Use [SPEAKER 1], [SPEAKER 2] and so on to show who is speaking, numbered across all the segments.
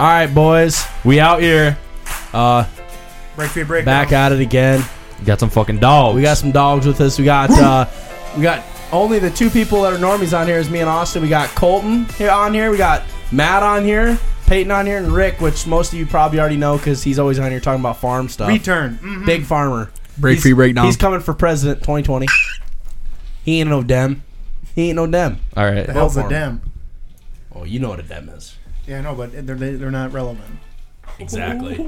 [SPEAKER 1] All right, boys, we out here. Uh,
[SPEAKER 2] Break free, break.
[SPEAKER 1] back at it again.
[SPEAKER 3] Got some fucking dogs.
[SPEAKER 1] We got some dogs with us. We got uh, we got only the two people that are normies on here is me and Austin. We got Colton here on here. We got Matt on here, Peyton on here, and Rick, which most of you probably already know because he's always on here talking about farm stuff.
[SPEAKER 2] Return. Mhm.
[SPEAKER 1] Big farmer.
[SPEAKER 4] Break
[SPEAKER 1] He's-
[SPEAKER 4] free, break down.
[SPEAKER 1] He's coming for president 2020. He ain't no dem. He ain't no dem.
[SPEAKER 3] All right.
[SPEAKER 2] The hell's a
[SPEAKER 1] farm.
[SPEAKER 2] dem?
[SPEAKER 1] Oh, you know what a dem is.
[SPEAKER 2] Yeah, I know, but they're they- they're not relevant.
[SPEAKER 1] Exactly.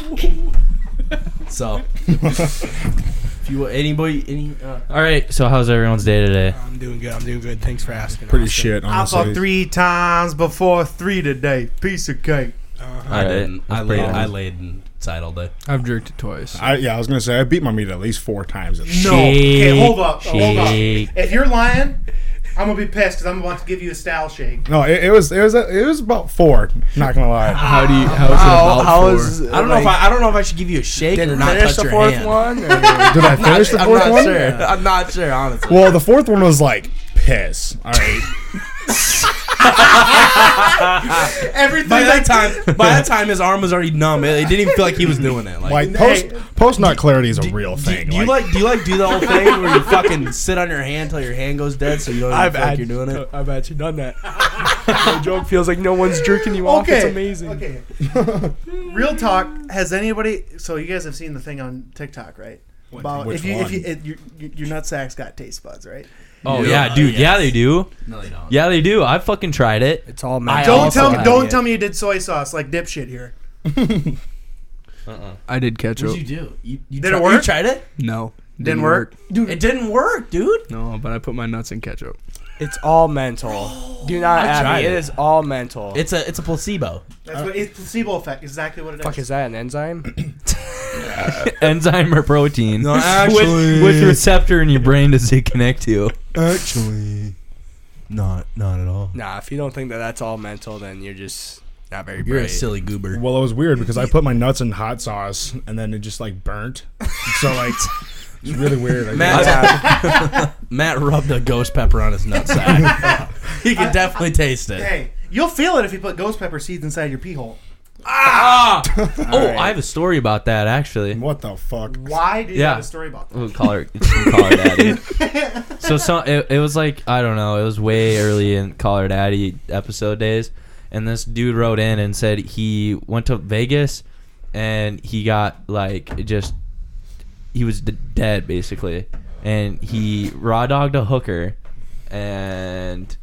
[SPEAKER 1] so, if you anybody any uh,
[SPEAKER 3] All right. So how's everyone's day today?
[SPEAKER 4] I'm doing good. I'm doing good. Thanks for asking.
[SPEAKER 5] Pretty
[SPEAKER 4] Austin.
[SPEAKER 5] shit,
[SPEAKER 1] Oh,
[SPEAKER 2] I
[SPEAKER 5] honestly.
[SPEAKER 2] fucked three times before three today. Piece of cake.
[SPEAKER 4] Uh-huh.
[SPEAKER 1] I
[SPEAKER 3] All right,
[SPEAKER 1] didn't. I
[SPEAKER 3] that's
[SPEAKER 1] laid.
[SPEAKER 3] pretty
[SPEAKER 1] I
[SPEAKER 3] awesome.
[SPEAKER 1] laid inside all day.
[SPEAKER 4] I've jerked it twice.
[SPEAKER 5] I, yeah, I was gonna say I beat my meat at least four times. At least.
[SPEAKER 2] No. Okay, hold up. Hold up.
[SPEAKER 3] Shake.
[SPEAKER 2] If you're lying, I'm gonna be pissed because I'm about to give you a style shake.
[SPEAKER 5] No, it, it was it was it was about four. Not gonna lie.
[SPEAKER 4] How do you? How is
[SPEAKER 3] Oh,
[SPEAKER 4] it about four?
[SPEAKER 1] I don't know if I, I don't know if I should give you a shake or not touch your hand.
[SPEAKER 4] one. or-
[SPEAKER 5] Did I finish the
[SPEAKER 1] I'm
[SPEAKER 5] fourth
[SPEAKER 1] not
[SPEAKER 5] one?
[SPEAKER 1] sure. I'm not sure honestly.
[SPEAKER 5] Well, the fourth one was like piss. All right.
[SPEAKER 2] Everything
[SPEAKER 1] By that
[SPEAKER 2] that
[SPEAKER 1] time, by that time, his arm was already numb. It, it didn't even feel like he was doing it. Like,
[SPEAKER 5] Like
[SPEAKER 1] do,
[SPEAKER 5] post post nut clarity is a real thing.
[SPEAKER 1] you like do you like do the whole thing where you fucking sit on your hand till your hand goes dead so you don't even feel like you're doing it?
[SPEAKER 4] I've actually done that. the joke feels like no one's jerking you off. It's amazing.
[SPEAKER 2] Okay. Real talk. Has anybody? So you guys have seen the thing on TikTok, right? About
[SPEAKER 5] which
[SPEAKER 2] if you if
[SPEAKER 5] one?
[SPEAKER 2] you if your your- your nut sacks got taste buds, right?
[SPEAKER 3] Oh yeah, dude. Yeah, they do.
[SPEAKER 1] No, they don't.
[SPEAKER 3] Yeah, they do. I fucking tried it.
[SPEAKER 4] It's all
[SPEAKER 1] I
[SPEAKER 4] magic.
[SPEAKER 2] Don't
[SPEAKER 1] also
[SPEAKER 2] tell me.
[SPEAKER 1] have
[SPEAKER 2] Don't
[SPEAKER 1] it.
[SPEAKER 2] tell me you did soy sauce like dipshit here.
[SPEAKER 4] I did ketchup.
[SPEAKER 1] What'd you do? You, you,
[SPEAKER 2] Did it
[SPEAKER 1] tri- you
[SPEAKER 2] work?
[SPEAKER 1] tried it?
[SPEAKER 4] No,
[SPEAKER 2] Didn't work.
[SPEAKER 1] Dude, it didn't work, dude.
[SPEAKER 4] No, but I put my nuts in ketchup.
[SPEAKER 6] It's all mental. Do not
[SPEAKER 1] I tried
[SPEAKER 6] add me.
[SPEAKER 1] it.
[SPEAKER 6] It is all mental.
[SPEAKER 1] It's a it's a placebo.
[SPEAKER 2] That's what it's placebo effect. Exactly what it is.
[SPEAKER 6] Fuck, is that an enzyme?
[SPEAKER 3] Enzyme or protein?
[SPEAKER 1] No,
[SPEAKER 3] Which-
[SPEAKER 1] actually-
[SPEAKER 3] which, receptor in your brain does it connect to?
[SPEAKER 5] actually.
[SPEAKER 1] Not not at all.
[SPEAKER 6] nah, if you don't think that that's all mental, then you're just not very
[SPEAKER 1] You're a
[SPEAKER 6] bright.
[SPEAKER 1] silly goober.
[SPEAKER 5] Well, it was weird because I put my nuts in hot sauce and then it just like burnt. So like, it's really weird. I guess.
[SPEAKER 1] Matt, Matt rubbed a ghost pepper on his nutsack. he could definitely taste it.
[SPEAKER 2] Hey, you'll feel it if you put ghost pepper seeds inside your pee hole.
[SPEAKER 3] Ah! oh, I have a story about that actually.
[SPEAKER 5] What the fuck?
[SPEAKER 2] Why do you
[SPEAKER 3] Yeah.
[SPEAKER 2] have a story about that?
[SPEAKER 3] We'll call her, we'll call her daddy. so some, it, it was like I don't know. It was way early in call her daddy episode days, and this dude wrote in and said he went to Vegas, and he got like just he was d- dead basically, and he raw dogged a hooker, and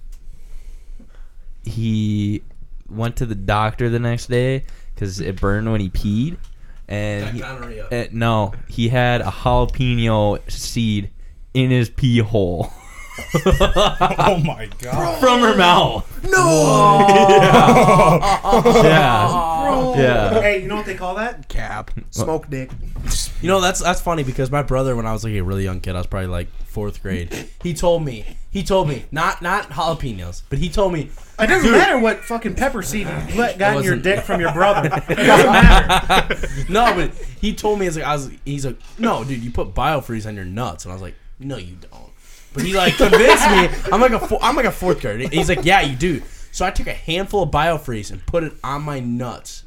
[SPEAKER 3] he went to the doctor the next day because it burned when he peed, and he, uh, no, he had a jalapeno seed in his pee hole
[SPEAKER 5] Oh my god.
[SPEAKER 3] from her mouth. No. yeah. Yeah.
[SPEAKER 2] Hey, you know what they call that?
[SPEAKER 4] Cap.
[SPEAKER 2] Smoke dick.
[SPEAKER 1] You know that's that's funny because my brother, when I was like a really young kid, I was probably like fourth grade. He told me, he told me not not jalapenos, but he told me
[SPEAKER 2] It doesn't matter what fucking pepper seed you let got in your
[SPEAKER 1] wasn't-
[SPEAKER 2] dick from your brother. It doesn't matter.
[SPEAKER 1] no, but he told me it's like I was. He's like, no, dude, you put biofreeze on your nuts, and I was like, no, you don't. But he like convinced me. I'm like a four, I'm like a fourth grader. He's like, yeah, you do. So I took a handful of biofreeze and put it on my nuts,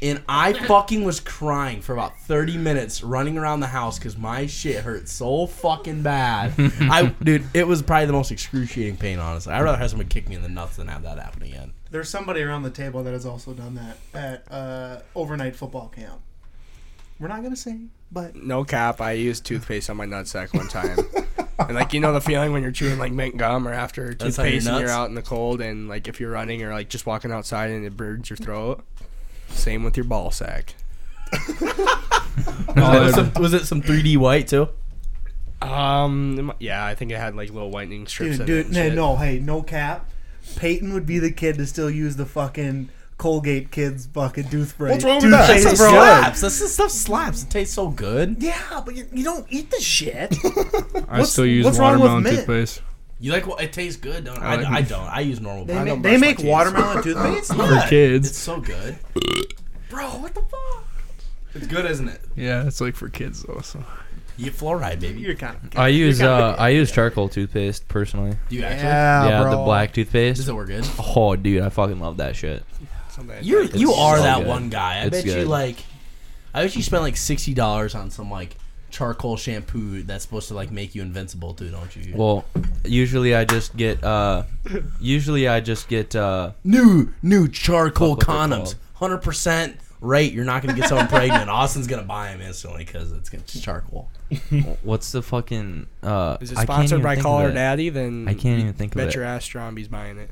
[SPEAKER 1] and I fucking was crying for about 30 minutes running around the house because my shit hurt so fucking bad. I dude, it was probably the most excruciating pain. Honestly, I'd rather have someone kick me in the nuts than have that happen again.
[SPEAKER 2] There's somebody around the table that has also done that at uh, overnight football camp. We're not gonna say, but
[SPEAKER 6] No cap. I used toothpaste on my nutsack one time. and like you know the feeling when you're chewing like mint gum or after
[SPEAKER 1] That's on your
[SPEAKER 6] toothpaste and you're
[SPEAKER 1] nuts?
[SPEAKER 6] out in the cold and like if you're running or like just walking outside and it burns your throat. Same with your ball sack.
[SPEAKER 1] Was it some, was it some 3D white too?
[SPEAKER 6] Um, it mi- yeah, I think it had like little whitening strips.
[SPEAKER 2] dude,
[SPEAKER 6] in it
[SPEAKER 2] dude,
[SPEAKER 6] and
[SPEAKER 2] no,
[SPEAKER 6] shit.
[SPEAKER 2] no, hey, no cap. Peyton would be the kid to still use the fucking Colgate kids fucking toothbrush.
[SPEAKER 5] What's wrong with that?
[SPEAKER 2] Toothpaste,
[SPEAKER 1] That's bro.
[SPEAKER 5] That's
[SPEAKER 2] bro.
[SPEAKER 1] slaps. That's the stuff slaps. It tastes so good.
[SPEAKER 2] Yeah, but you, you don't eat the shit.
[SPEAKER 4] I
[SPEAKER 2] What's-
[SPEAKER 4] still use
[SPEAKER 2] what's wrong with
[SPEAKER 4] watermelon
[SPEAKER 2] mint?
[SPEAKER 4] toothpaste.
[SPEAKER 1] You like what? It tastes good, don't
[SPEAKER 4] I
[SPEAKER 1] I?
[SPEAKER 4] like
[SPEAKER 1] I,
[SPEAKER 4] it.
[SPEAKER 1] don't. I use normal.
[SPEAKER 2] They,
[SPEAKER 1] I
[SPEAKER 2] ma-
[SPEAKER 1] don't
[SPEAKER 2] they
[SPEAKER 1] brush my
[SPEAKER 2] make
[SPEAKER 1] teeth.
[SPEAKER 2] watermelon toothpaste.
[SPEAKER 1] It's
[SPEAKER 4] For kids.
[SPEAKER 1] It's so good, bro. What the fuck? It's good, isn't it?
[SPEAKER 4] Yeah, it's like for kids though. So.
[SPEAKER 1] You get fluoride, baby.
[SPEAKER 2] You're kind of.
[SPEAKER 3] I use uh, I use charcoal toothpaste personally.
[SPEAKER 1] Do you actually?
[SPEAKER 2] Yeah,
[SPEAKER 3] yeah,
[SPEAKER 2] bro.
[SPEAKER 3] the
[SPEAKER 1] Does
[SPEAKER 3] black toothpaste.
[SPEAKER 1] it work good?
[SPEAKER 3] Oh, dude, I fucking love that shit.
[SPEAKER 6] Something.
[SPEAKER 1] You're
[SPEAKER 3] It's
[SPEAKER 1] you are
[SPEAKER 3] so
[SPEAKER 1] that
[SPEAKER 3] good.
[SPEAKER 1] one guy. I
[SPEAKER 3] It's
[SPEAKER 1] bet you
[SPEAKER 3] good.
[SPEAKER 1] like I bet you spent like sixty dollars on some like charcoal shampoo that's supposed to like make you invincible too, don't you?
[SPEAKER 3] Well, usually I just get uh usually I just get uh
[SPEAKER 1] new new charcoal
[SPEAKER 3] Fuck what they're
[SPEAKER 1] condoms.
[SPEAKER 3] called.
[SPEAKER 1] Hundred percent rate, you're not gonna get someone pregnant. Austin's gonna buy them instantly because it's gonna it's charcoal.
[SPEAKER 3] what's the fucking uh
[SPEAKER 6] Is it
[SPEAKER 3] I can't
[SPEAKER 6] sponsored
[SPEAKER 3] even
[SPEAKER 6] by
[SPEAKER 3] think of
[SPEAKER 6] Caller
[SPEAKER 3] it.
[SPEAKER 6] Daddy? Then
[SPEAKER 3] I can't
[SPEAKER 6] you
[SPEAKER 3] even think of
[SPEAKER 6] bet
[SPEAKER 3] it.
[SPEAKER 6] your ass Stromby's buying it.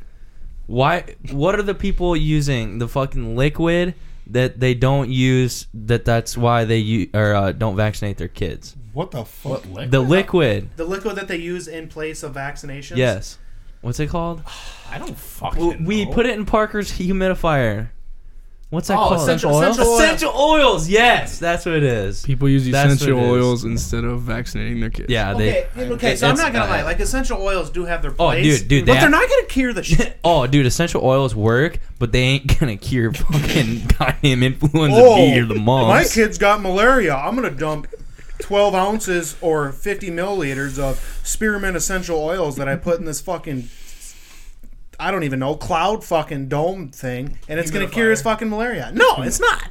[SPEAKER 3] Why what are the people using the fucking liquid that they don't use that that's why they u- or uh, don't vaccinate their kids?
[SPEAKER 5] What the fuck?
[SPEAKER 3] The liquid.
[SPEAKER 2] The liquid that they use in place of vaccinations.
[SPEAKER 3] Yes. What's it called?
[SPEAKER 1] I don't fucking.
[SPEAKER 3] Well, we
[SPEAKER 1] know.
[SPEAKER 3] put it in Parker's humidifier. What's that
[SPEAKER 1] Oh,
[SPEAKER 3] called?
[SPEAKER 1] essential oil?
[SPEAKER 2] Essential oil.
[SPEAKER 3] Essential oils. Yes, that's what it is.
[SPEAKER 4] People use
[SPEAKER 3] That's what
[SPEAKER 4] essential
[SPEAKER 3] it is.
[SPEAKER 4] oils instead of vaccinating their kids.
[SPEAKER 3] Yeah, they.
[SPEAKER 2] Okay, yeah, okay, so I'm
[SPEAKER 3] it's-
[SPEAKER 2] not gonna
[SPEAKER 3] uh,
[SPEAKER 2] lie. Like essential oils do have their
[SPEAKER 3] Oh,
[SPEAKER 2] place.
[SPEAKER 3] dude, dude,
[SPEAKER 2] but
[SPEAKER 3] they
[SPEAKER 2] they're
[SPEAKER 3] have-
[SPEAKER 2] not gonna cure the shit.
[SPEAKER 3] Oh, dude, essential oils work, but they ain't gonna cure fucking goddamn influenza B or the
[SPEAKER 2] Oh, My
[SPEAKER 3] mumps.
[SPEAKER 2] kid's got malaria. I'm gonna dump twelve ounces or fifty milliliters of spearmint essential oils that I put in this fucking I don't even know cloud fucking dome thing, and it's gonna cure his fucking malaria. No, it's not.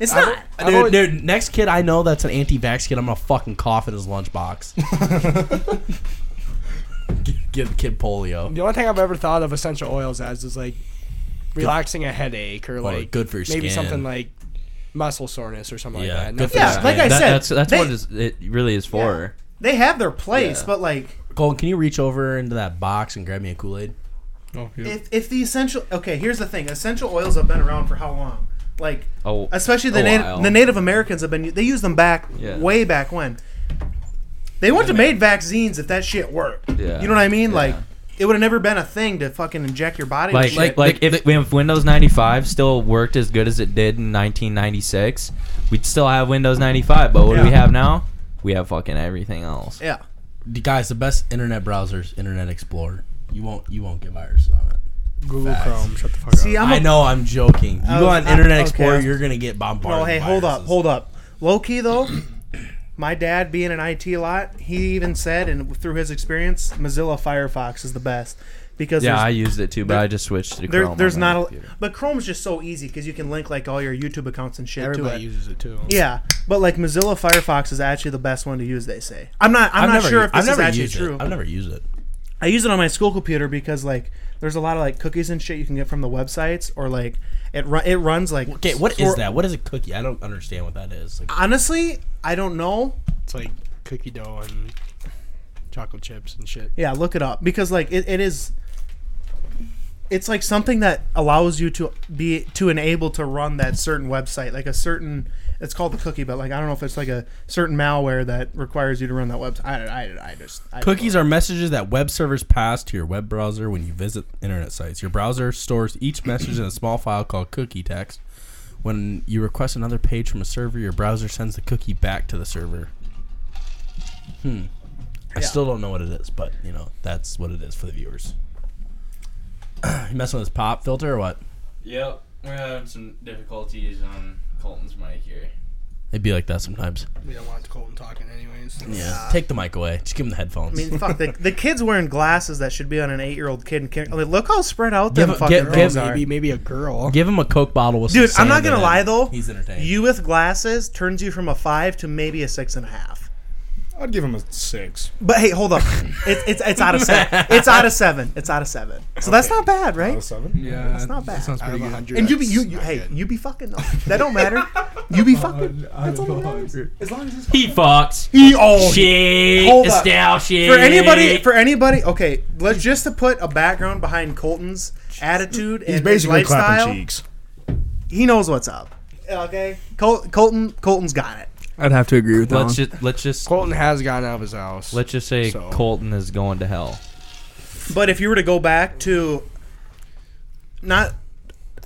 [SPEAKER 2] It's not.
[SPEAKER 1] Dude, dude, next kid I know that's an anti-vax kid, I'm gonna fucking cough in his lunchbox. give, give the kid polio.
[SPEAKER 6] The only thing I've ever thought of essential oils as is like relaxing a headache or like
[SPEAKER 1] good for your
[SPEAKER 6] maybe
[SPEAKER 1] skin.
[SPEAKER 6] something like muscle soreness or something
[SPEAKER 1] Yeah,
[SPEAKER 6] like that.
[SPEAKER 1] good for
[SPEAKER 6] Nothing-
[SPEAKER 1] your
[SPEAKER 2] Yeah, like I
[SPEAKER 3] That-
[SPEAKER 2] said,
[SPEAKER 3] that's that's
[SPEAKER 2] they,
[SPEAKER 3] what it's, it really is for.
[SPEAKER 2] they have their place, but like
[SPEAKER 1] Colton, can you reach over into that box and grab me a Kool-Aid?
[SPEAKER 4] Oh, yeah.
[SPEAKER 2] if if the essential okay, here's the thing: essential oils have been around for how long? Like
[SPEAKER 3] Oh,
[SPEAKER 2] especially the
[SPEAKER 3] a
[SPEAKER 2] native,
[SPEAKER 3] while.
[SPEAKER 2] the Native Americans have been they used them back
[SPEAKER 3] Yeah.
[SPEAKER 2] way back when. They wouldn't have made vaccines if that shit worked.
[SPEAKER 3] Yeah.
[SPEAKER 2] You know what I mean?
[SPEAKER 3] Yeah.
[SPEAKER 2] Like it would have never been a thing to fucking inject your body.
[SPEAKER 3] Like,
[SPEAKER 2] with
[SPEAKER 3] like,
[SPEAKER 2] shit.
[SPEAKER 3] like if, if Windows 95 still worked as good as it did in 1996, we'd still have Windows 95. But what do we
[SPEAKER 2] Yeah.
[SPEAKER 3] have now? We have fucking everything else.
[SPEAKER 2] yeah.
[SPEAKER 1] D- Guys, the best internet browsers, Internet Explorer. You won't you won't get viruses on it.
[SPEAKER 6] Google Chrome, shut the fuck
[SPEAKER 2] See,
[SPEAKER 6] up.
[SPEAKER 2] I'm
[SPEAKER 1] I
[SPEAKER 2] a,
[SPEAKER 1] know I'm joking. You
[SPEAKER 2] I
[SPEAKER 1] go
[SPEAKER 2] was-
[SPEAKER 1] on
[SPEAKER 2] I-
[SPEAKER 1] Internet
[SPEAKER 2] okay.
[SPEAKER 1] Explorer, you're gonna get bombarded.
[SPEAKER 2] no. Hey,
[SPEAKER 1] with
[SPEAKER 2] hold up,
[SPEAKER 1] viruses.
[SPEAKER 2] hold up. Low key though, my dad being in IT a lot, he even said, and through his experience, Mozilla Firefox is the best because
[SPEAKER 3] Yeah,
[SPEAKER 2] there's
[SPEAKER 3] I used it too, but
[SPEAKER 2] there-
[SPEAKER 3] I just switched to
[SPEAKER 2] There,
[SPEAKER 3] Chrome.
[SPEAKER 2] there's
[SPEAKER 3] on my
[SPEAKER 2] not a,
[SPEAKER 3] computer.
[SPEAKER 2] but Chrome's just so easy because you can link like all your YouTube accounts and shit
[SPEAKER 6] Everybody
[SPEAKER 2] to it.
[SPEAKER 6] uses it too.
[SPEAKER 2] Yeah, but like Mozilla Firefox is actually the best one to use. They say. I'm not. I'm
[SPEAKER 1] I've
[SPEAKER 2] not
[SPEAKER 1] never
[SPEAKER 2] sure
[SPEAKER 1] u-
[SPEAKER 2] if this
[SPEAKER 1] I've never
[SPEAKER 2] is actually
[SPEAKER 1] used
[SPEAKER 2] true.
[SPEAKER 1] It. I've never used it.
[SPEAKER 2] I use it on my school computer because like there's a lot of like cookies and shit you can get from the websites or like it run it runs like
[SPEAKER 1] Okay, what
[SPEAKER 2] for-
[SPEAKER 1] is that? What is a cookie? I don't understand what that is. Like,
[SPEAKER 2] Honestly, I don't know.
[SPEAKER 6] It's like cookie dough and chocolate chips and shit.
[SPEAKER 2] Yeah, look it up because like it, it is. It's like something that allows you to be to enable to run that certain website, like a certain. It's called the cookie, but like I don't know if it's like a certain malware that requires you to run that website. I, I, I just I don't know.
[SPEAKER 1] Cookies are messages that web servers pass to your web browser when you visit internet sites. Your browser stores each message in a small file called cookie text. When you request another page from a server, your browser sends the cookie back to the server. Hmm. I
[SPEAKER 2] Yeah.
[SPEAKER 1] still don't know what it is, but you know that's what it is for the viewers. you messing with this pop filter or what?
[SPEAKER 3] Yep, we're having some difficulties on Colton's mic here.
[SPEAKER 1] It'd be like that sometimes.
[SPEAKER 6] We don't want Colton talking anyways.
[SPEAKER 1] Yeah. Take the mic away. Just give him the
[SPEAKER 2] I
[SPEAKER 1] headphones.
[SPEAKER 2] mean, fuck the, the kids wearing glasses that should be on an eight year old kid. And kid I mean, look how spread out
[SPEAKER 1] Give
[SPEAKER 2] them
[SPEAKER 1] a-
[SPEAKER 2] fucking
[SPEAKER 1] give-
[SPEAKER 2] things
[SPEAKER 1] give-
[SPEAKER 2] are.
[SPEAKER 6] Maybe maybe a girl.
[SPEAKER 1] give him a Coke bottle with.
[SPEAKER 2] Dude,
[SPEAKER 1] some
[SPEAKER 2] I'm not
[SPEAKER 1] sand in
[SPEAKER 2] gonna
[SPEAKER 1] it.
[SPEAKER 2] lie, though.
[SPEAKER 1] He's entertained.
[SPEAKER 2] You with glasses turns you from a five to maybe a six and a half.
[SPEAKER 5] I'd give him a six.
[SPEAKER 2] But hey, hold up, it's it's it's out of seven. It's out of seven. It's out of seven. So that's not bad,
[SPEAKER 5] Out of
[SPEAKER 2] right?
[SPEAKER 5] seven.
[SPEAKER 4] Yeah,
[SPEAKER 2] That's not bad.
[SPEAKER 4] That sounds
[SPEAKER 6] Out
[SPEAKER 4] pretty
[SPEAKER 6] of
[SPEAKER 4] good.
[SPEAKER 6] 100,
[SPEAKER 2] And you be you,
[SPEAKER 6] that's
[SPEAKER 2] you
[SPEAKER 6] not
[SPEAKER 2] hey
[SPEAKER 6] good.
[SPEAKER 2] you be fucking though. That don't matter. You be fucking.
[SPEAKER 4] That's all that matters.
[SPEAKER 2] As long as it's
[SPEAKER 3] He fucks.
[SPEAKER 2] he oh
[SPEAKER 3] Shake,
[SPEAKER 2] Hold up.
[SPEAKER 3] Estelle, shake.
[SPEAKER 2] for anybody for anybody. Okay, let's just to put a background behind Colton's attitude and
[SPEAKER 5] He's
[SPEAKER 2] his
[SPEAKER 5] basically
[SPEAKER 2] lifestyle.
[SPEAKER 5] clapping cheeks.
[SPEAKER 2] He knows what's up. Okay, Col- Colton Colton's got it.
[SPEAKER 4] I'd have to agree with that.
[SPEAKER 3] Let's
[SPEAKER 4] one.
[SPEAKER 3] just let's just
[SPEAKER 6] Colton has gone out of his house.
[SPEAKER 3] let's just say
[SPEAKER 6] So-
[SPEAKER 3] Colton is going to hell.
[SPEAKER 2] But if you were to go back to not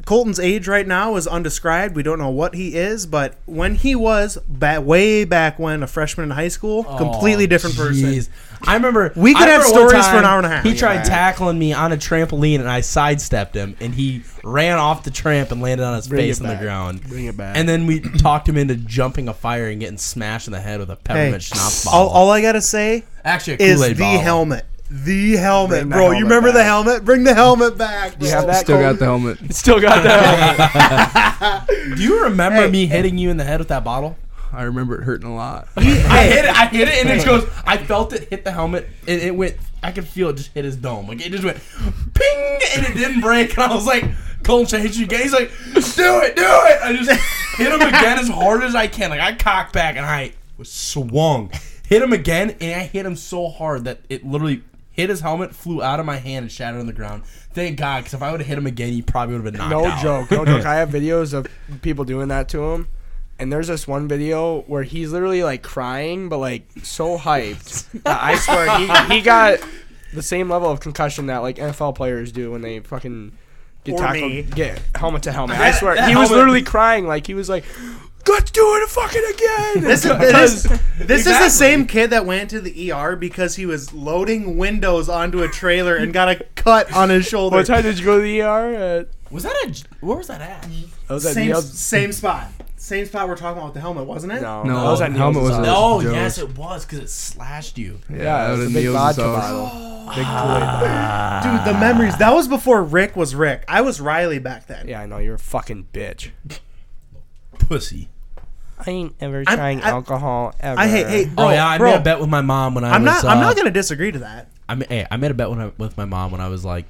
[SPEAKER 2] Colton's age right now is undescribed. We don't know what he is, but when he was ba- way back when a freshman in high school,
[SPEAKER 6] Oh,
[SPEAKER 2] completely different person.
[SPEAKER 1] Oh, Jeez. I remember
[SPEAKER 2] We could
[SPEAKER 1] I
[SPEAKER 2] have
[SPEAKER 1] remember one
[SPEAKER 2] stories for an hour and a half.
[SPEAKER 1] He
[SPEAKER 2] Yeah.
[SPEAKER 1] tried tackling me on a trampoline, and I sidestepped him, and he ran off the tramp and landed on his
[SPEAKER 6] Bring
[SPEAKER 1] face
[SPEAKER 6] it
[SPEAKER 1] on the
[SPEAKER 6] back.
[SPEAKER 1] ground.
[SPEAKER 6] Bring it back.
[SPEAKER 1] And then we talked him into jumping a fire and getting smashed in the head with a peppermint schnapps bottle.
[SPEAKER 2] all, all I gotta say
[SPEAKER 1] Actually, a
[SPEAKER 2] is
[SPEAKER 1] Kool-Aid
[SPEAKER 2] the
[SPEAKER 1] bottle.
[SPEAKER 2] helmet. the helmet,
[SPEAKER 6] Bring that
[SPEAKER 2] bro.
[SPEAKER 6] helmet
[SPEAKER 2] you remember the
[SPEAKER 6] back.
[SPEAKER 2] helmet? Bring the helmet back.
[SPEAKER 6] You
[SPEAKER 2] bro.
[SPEAKER 6] have that?
[SPEAKER 4] Still
[SPEAKER 6] Cole?
[SPEAKER 4] got the helmet.
[SPEAKER 6] Still got that.
[SPEAKER 1] Do you remember
[SPEAKER 2] Hey,
[SPEAKER 1] me hitting you in the head with that bottle?
[SPEAKER 4] I remember it hurting a lot.
[SPEAKER 1] I hit it. I hit it, and it just goes. I felt it hit the helmet, and it went. I could feel it just hit his dome. Like it just went, ping, and it didn't break. And I was like, Colton should I hit you again. He's like, do it, do it. I just hit him again as hard as I can. Like I cocked back, and I was swung. Hit him again, and I hit him so hard that it literally. Hit his helmet, flew out of my hand, and shattered on the ground. Thank God, because if I would have hit him again, he probably would have been knocked
[SPEAKER 6] No
[SPEAKER 1] out.
[SPEAKER 6] joke, no joke. I have videos of people doing that to him. And there's this one video where he's literally like crying, but like so hyped. that I swear he, he got the same level of concussion that like NFL players do when they fucking get
[SPEAKER 2] Or
[SPEAKER 6] tackled,
[SPEAKER 2] me.
[SPEAKER 6] get helmet to helmet. I
[SPEAKER 1] That-
[SPEAKER 6] swear
[SPEAKER 1] that
[SPEAKER 6] he was
[SPEAKER 1] helmet-
[SPEAKER 6] literally crying, like he was like, "Let's do it fucking again."
[SPEAKER 2] This is
[SPEAKER 6] Because-
[SPEAKER 2] this, this is
[SPEAKER 1] Exactly.
[SPEAKER 2] the same kid that went to the ER because he was loading windows onto a trailer and got a cut on his shoulder.
[SPEAKER 6] What time did you go to the ER? At?
[SPEAKER 1] Was that a? j- Where was that at?
[SPEAKER 6] I was at
[SPEAKER 2] same
[SPEAKER 6] Neil's.
[SPEAKER 2] same spot, same spot we're talking about with the helmet, wasn't it?
[SPEAKER 6] No,
[SPEAKER 4] No,
[SPEAKER 6] I was at Neil's.
[SPEAKER 4] helmet was
[SPEAKER 6] office.
[SPEAKER 4] at-
[SPEAKER 1] No,
[SPEAKER 4] Joe's.
[SPEAKER 1] yes, it was because it slashed you.
[SPEAKER 6] Yeah, it was
[SPEAKER 4] out
[SPEAKER 6] a
[SPEAKER 4] of
[SPEAKER 6] big
[SPEAKER 4] Neil's
[SPEAKER 6] vodka
[SPEAKER 4] house.
[SPEAKER 6] bottle.
[SPEAKER 4] Big Kool-Aid.
[SPEAKER 2] Dude,
[SPEAKER 1] Ah.
[SPEAKER 2] the memories. That was before Rick was Rick. I was Riley back then.
[SPEAKER 6] Yeah, I know you're a fucking bitch.
[SPEAKER 1] Pussy.
[SPEAKER 6] I ain't ever
[SPEAKER 2] I'm-
[SPEAKER 6] trying
[SPEAKER 2] I-
[SPEAKER 6] alcohol ever.
[SPEAKER 2] I hate. Hey, bro,
[SPEAKER 1] oh yeah, I
[SPEAKER 2] bro,
[SPEAKER 1] made a bet with my mom when I
[SPEAKER 2] I'm
[SPEAKER 1] was.
[SPEAKER 2] not.
[SPEAKER 1] uh,
[SPEAKER 2] I'm not gonna disagree to that.
[SPEAKER 1] I made, hey, I made a bet when I, with my mom when I was like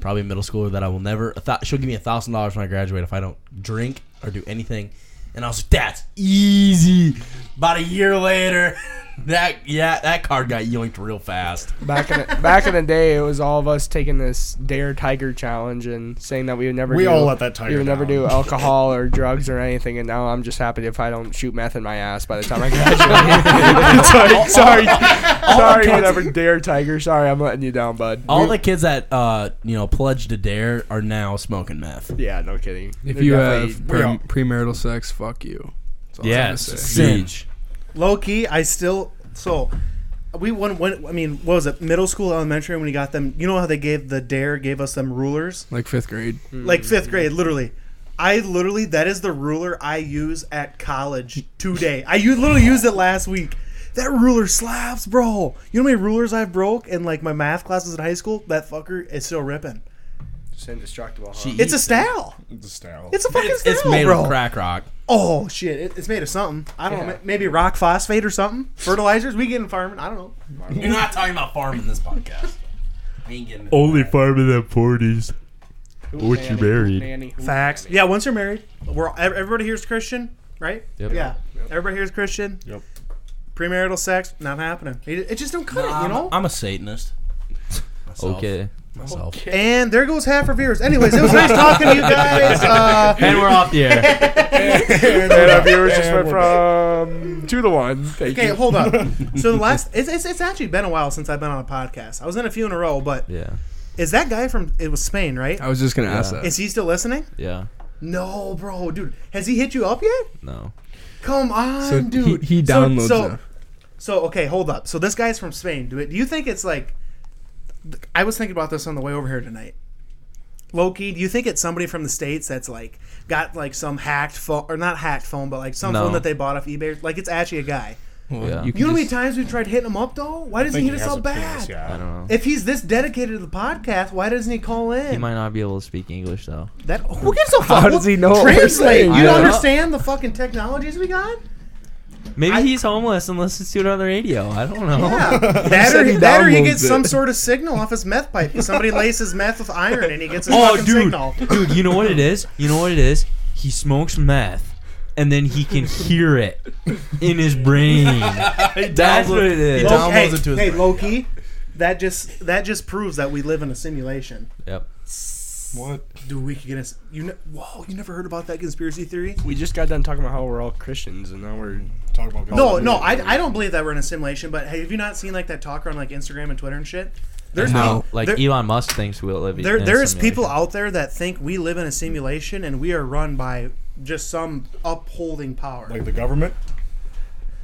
[SPEAKER 1] probably middle schooler that I will never. A thou- she'll give me a thousand dollars when I graduate if I don't drink or do anything. And I was like, that's easy. About a year later, that yeah, that card got yoinked real fast.
[SPEAKER 6] Back in the, back in the day, it was all of us taking this Dare Tiger challenge and saying that we would never.
[SPEAKER 5] We
[SPEAKER 6] do,
[SPEAKER 5] all let that tiger
[SPEAKER 6] We would never
[SPEAKER 5] down.
[SPEAKER 6] do alcohol or drugs or anything, and now I'm just happy if I don't shoot meth in my ass by the time I graduate. sorry, sorry, sorry, whatever. Dare Tiger. Sorry, I'm letting you down, bud.
[SPEAKER 1] All the kids that uh you know pledge to dare are now smoking meth.
[SPEAKER 6] yeah, no kidding.
[SPEAKER 4] If
[SPEAKER 6] They're
[SPEAKER 4] you
[SPEAKER 6] definitely-
[SPEAKER 4] have
[SPEAKER 5] we all-
[SPEAKER 4] pre- premarital sex, fuck you. That's all I'm gonna
[SPEAKER 3] Yes,
[SPEAKER 4] say.
[SPEAKER 1] Huge.
[SPEAKER 2] Low key, I still so. We when, when I mean, what was it? Middle school, elementary. When we got them, you know how they gave the dare, gave us them rulers,
[SPEAKER 4] Like fifth grade.
[SPEAKER 2] like fifth grade, literally. I literally that is the ruler I use at college today. I u- literally used it last week. That ruler slaps, bro. You know how many rulers I broke in like my math classes in high school? That fucker is still ripping.
[SPEAKER 6] It's indestructible. Huh?
[SPEAKER 1] She
[SPEAKER 2] It's a
[SPEAKER 1] eats-
[SPEAKER 2] style.
[SPEAKER 5] The style.
[SPEAKER 2] It's a fucking
[SPEAKER 1] it's,
[SPEAKER 2] style,
[SPEAKER 1] it's made
[SPEAKER 2] bro.
[SPEAKER 1] of crack rock.
[SPEAKER 2] Oh shit! It, it's made of something. I don't know. ma- Maybe rock phosphate or something. Fertilizers. We get in farming. I don't know.
[SPEAKER 1] You're not talking about farming this podcast. I ain't getting
[SPEAKER 7] Only farm in the 40s. Which you married.
[SPEAKER 2] Facts. Yeah, once you're married, we're ev- everybody here's Christian, right?
[SPEAKER 3] Yep.
[SPEAKER 2] Yeah. Everybody here's Christian.
[SPEAKER 5] Yep.
[SPEAKER 2] Premarital sex not happening. It, it just don't cut it, you know.
[SPEAKER 1] I'm a Satanist. Myself.
[SPEAKER 3] Okay.
[SPEAKER 1] Myself.
[SPEAKER 2] and there goes half our viewers. Anyways, it was nice talking to you guys. Uh,
[SPEAKER 3] And we're off the air.
[SPEAKER 6] And our viewers just went from two to one. Thank
[SPEAKER 2] okay,
[SPEAKER 6] you.
[SPEAKER 2] hold up. So the last, it's, it's, it's actually been a while since I've been on a podcast. I was in a few in a row, but
[SPEAKER 3] yeah.
[SPEAKER 2] is that guy from? It was Spain, right?
[SPEAKER 4] I was just gonna ask that.
[SPEAKER 2] Is he still listening?
[SPEAKER 3] Yeah.
[SPEAKER 2] No, bro, dude. Has he hit you up yet?
[SPEAKER 3] No.
[SPEAKER 2] Come on,
[SPEAKER 4] So he-
[SPEAKER 2] dude.
[SPEAKER 4] he
[SPEAKER 2] So-
[SPEAKER 4] downloads
[SPEAKER 2] So,
[SPEAKER 4] now.
[SPEAKER 2] so, okay, hold up. So this guy's from Spain. Do it? Do you think it's like? I was thinking about this on the way over here tonight. Loki, do you think it's somebody from the states that's like got like some hacked phone or not hacked phone, but like some
[SPEAKER 3] No.
[SPEAKER 2] phone that they bought off eBay? Like it's actually a guy.
[SPEAKER 3] Yeah.
[SPEAKER 2] You know how many times we've tried hitting him up though? Why doesn't he hit us up back?
[SPEAKER 3] I
[SPEAKER 5] yeah.
[SPEAKER 3] don't know.
[SPEAKER 2] If he's this dedicated to the podcast, why doesn't he call in?
[SPEAKER 3] He might not be able to speak English though.
[SPEAKER 2] that who gives a fuck?
[SPEAKER 6] How does he know what we're
[SPEAKER 2] Translate.
[SPEAKER 6] saying?
[SPEAKER 2] You
[SPEAKER 3] I don't know.
[SPEAKER 2] understand the fucking technologies we got?
[SPEAKER 3] Maybe he's homeless and listens to it on the radio. I don't know.
[SPEAKER 2] Yeah. that, or,
[SPEAKER 4] said he
[SPEAKER 2] that or he
[SPEAKER 4] downloads
[SPEAKER 2] gets
[SPEAKER 4] it.
[SPEAKER 2] some sort of signal off his meth pipe. Somebody laces meth with iron and he gets his
[SPEAKER 3] Oh,
[SPEAKER 2] fucking
[SPEAKER 3] dude.
[SPEAKER 2] signal.
[SPEAKER 3] Dude, you know what it is? You know what it is? He smokes meth and then he can hear it in his brain. That's what it is.
[SPEAKER 1] He
[SPEAKER 2] Loki-
[SPEAKER 1] downloads
[SPEAKER 2] hey,
[SPEAKER 1] it to his
[SPEAKER 2] hey
[SPEAKER 1] brain.
[SPEAKER 2] Loki, that just that just proves that we live in a simulation.
[SPEAKER 3] Yep.
[SPEAKER 5] What?
[SPEAKER 2] Dude, we could get us. You ne- whoa, you never heard about that conspiracy theory?
[SPEAKER 6] We just got done talking about how we're all Christians, and now we're
[SPEAKER 5] Talk about
[SPEAKER 2] No, no, I, I don't believe that we're in a simulation. But hey, have you not seen like that talk around like Instagram and Twitter and shit? There's
[SPEAKER 3] No,
[SPEAKER 2] peop-
[SPEAKER 3] like
[SPEAKER 2] there-
[SPEAKER 3] Elon Musk thinks we'll live.
[SPEAKER 2] there
[SPEAKER 3] in a
[SPEAKER 2] there is
[SPEAKER 3] simulation.
[SPEAKER 2] people out there that think we live in a simulation and we are run by just some upholding power.
[SPEAKER 5] like the government.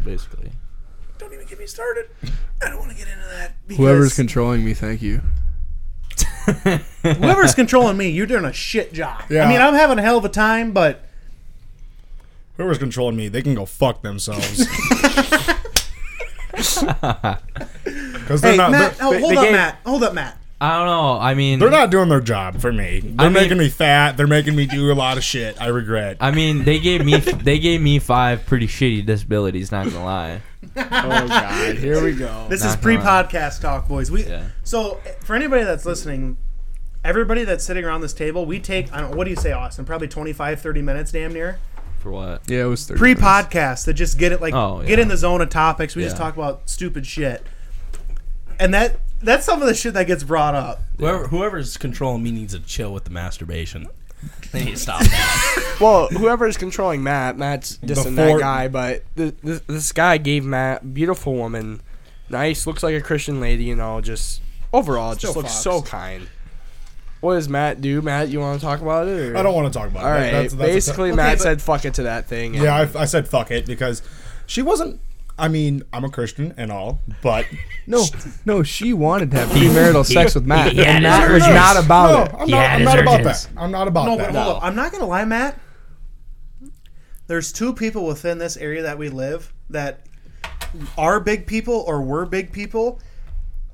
[SPEAKER 3] basically.
[SPEAKER 2] Don't even get me started. I don't want to get into that. Because
[SPEAKER 4] Whoever's controlling me, thank you.
[SPEAKER 2] whoever's controlling me, you're doing a shit job. I
[SPEAKER 5] Yeah.
[SPEAKER 2] mean, I'm having a hell of a time, but
[SPEAKER 5] Whoever's controlling me, they can go fuck themselves. because they're
[SPEAKER 2] Hey,
[SPEAKER 5] not
[SPEAKER 2] Matt, oh,
[SPEAKER 4] they-
[SPEAKER 2] hold
[SPEAKER 4] they
[SPEAKER 2] up,
[SPEAKER 4] gave-
[SPEAKER 2] Matt. Hold up, Matt.
[SPEAKER 3] I don't know. I mean,
[SPEAKER 5] they're, they're not doing their job for me. They're
[SPEAKER 3] mean-
[SPEAKER 5] making me fat. They're making me do a lot of shit. I regret.
[SPEAKER 3] I mean, they gave me they gave me five pretty shitty disabilities. Not gonna lie.
[SPEAKER 6] Oh God, here we go.
[SPEAKER 2] This
[SPEAKER 3] Oh, Not gonna
[SPEAKER 2] is pre-podcast talk, boys. We
[SPEAKER 3] Yeah.
[SPEAKER 2] so for anybody that's listening, everybody that's sitting around this table, we take I don't what do you say, Austin? Probably 25, 30 minutes, damn near
[SPEAKER 3] For what?
[SPEAKER 4] Yeah, it was 30 minutes.
[SPEAKER 2] pre-podcast to just get it like
[SPEAKER 3] Oh,
[SPEAKER 2] get
[SPEAKER 3] yeah.
[SPEAKER 2] in the zone of topics. We just
[SPEAKER 3] Yeah.
[SPEAKER 2] talk about stupid shit, and that that's some of the shit that gets brought up.
[SPEAKER 1] Whoever, whoever's controlling me needs to chill with the masturbation. They need to stop that.
[SPEAKER 6] Well, whoever's controlling Matt, Matt's dissing that
[SPEAKER 5] Before-
[SPEAKER 6] guy, but th- th- this guy gave Matt beautiful woman, nice, looks like a Christian lady, you know, just overall just
[SPEAKER 2] Still
[SPEAKER 6] looks
[SPEAKER 2] Fox.
[SPEAKER 6] so kind. What does Matt do? Matt, you want to talk about it? Or?
[SPEAKER 5] I don't want to talk about
[SPEAKER 6] All
[SPEAKER 5] it.
[SPEAKER 6] right.
[SPEAKER 5] That's- that's a-
[SPEAKER 6] Basically,
[SPEAKER 2] Okay,
[SPEAKER 6] Matt
[SPEAKER 2] but-
[SPEAKER 6] said fuck it to that thing. and-
[SPEAKER 5] yeah, I, I said fuck it because she wasn't. I mean, I'm a Christian and all, but
[SPEAKER 4] No, no, she wanted to have premarital sex with Matt,
[SPEAKER 1] he had
[SPEAKER 6] and
[SPEAKER 1] his
[SPEAKER 6] Matt was
[SPEAKER 1] urges.
[SPEAKER 6] not
[SPEAKER 2] Oh,
[SPEAKER 5] no,
[SPEAKER 6] about it.
[SPEAKER 5] I'm
[SPEAKER 1] He
[SPEAKER 5] not,
[SPEAKER 1] had
[SPEAKER 5] I'm
[SPEAKER 1] his
[SPEAKER 5] not about
[SPEAKER 1] urges.
[SPEAKER 5] that. I'm not about
[SPEAKER 2] No,
[SPEAKER 5] that.
[SPEAKER 2] but hold up. I'm not gonna lie, Matt. There's two people within this area that we live that are big people or were big people,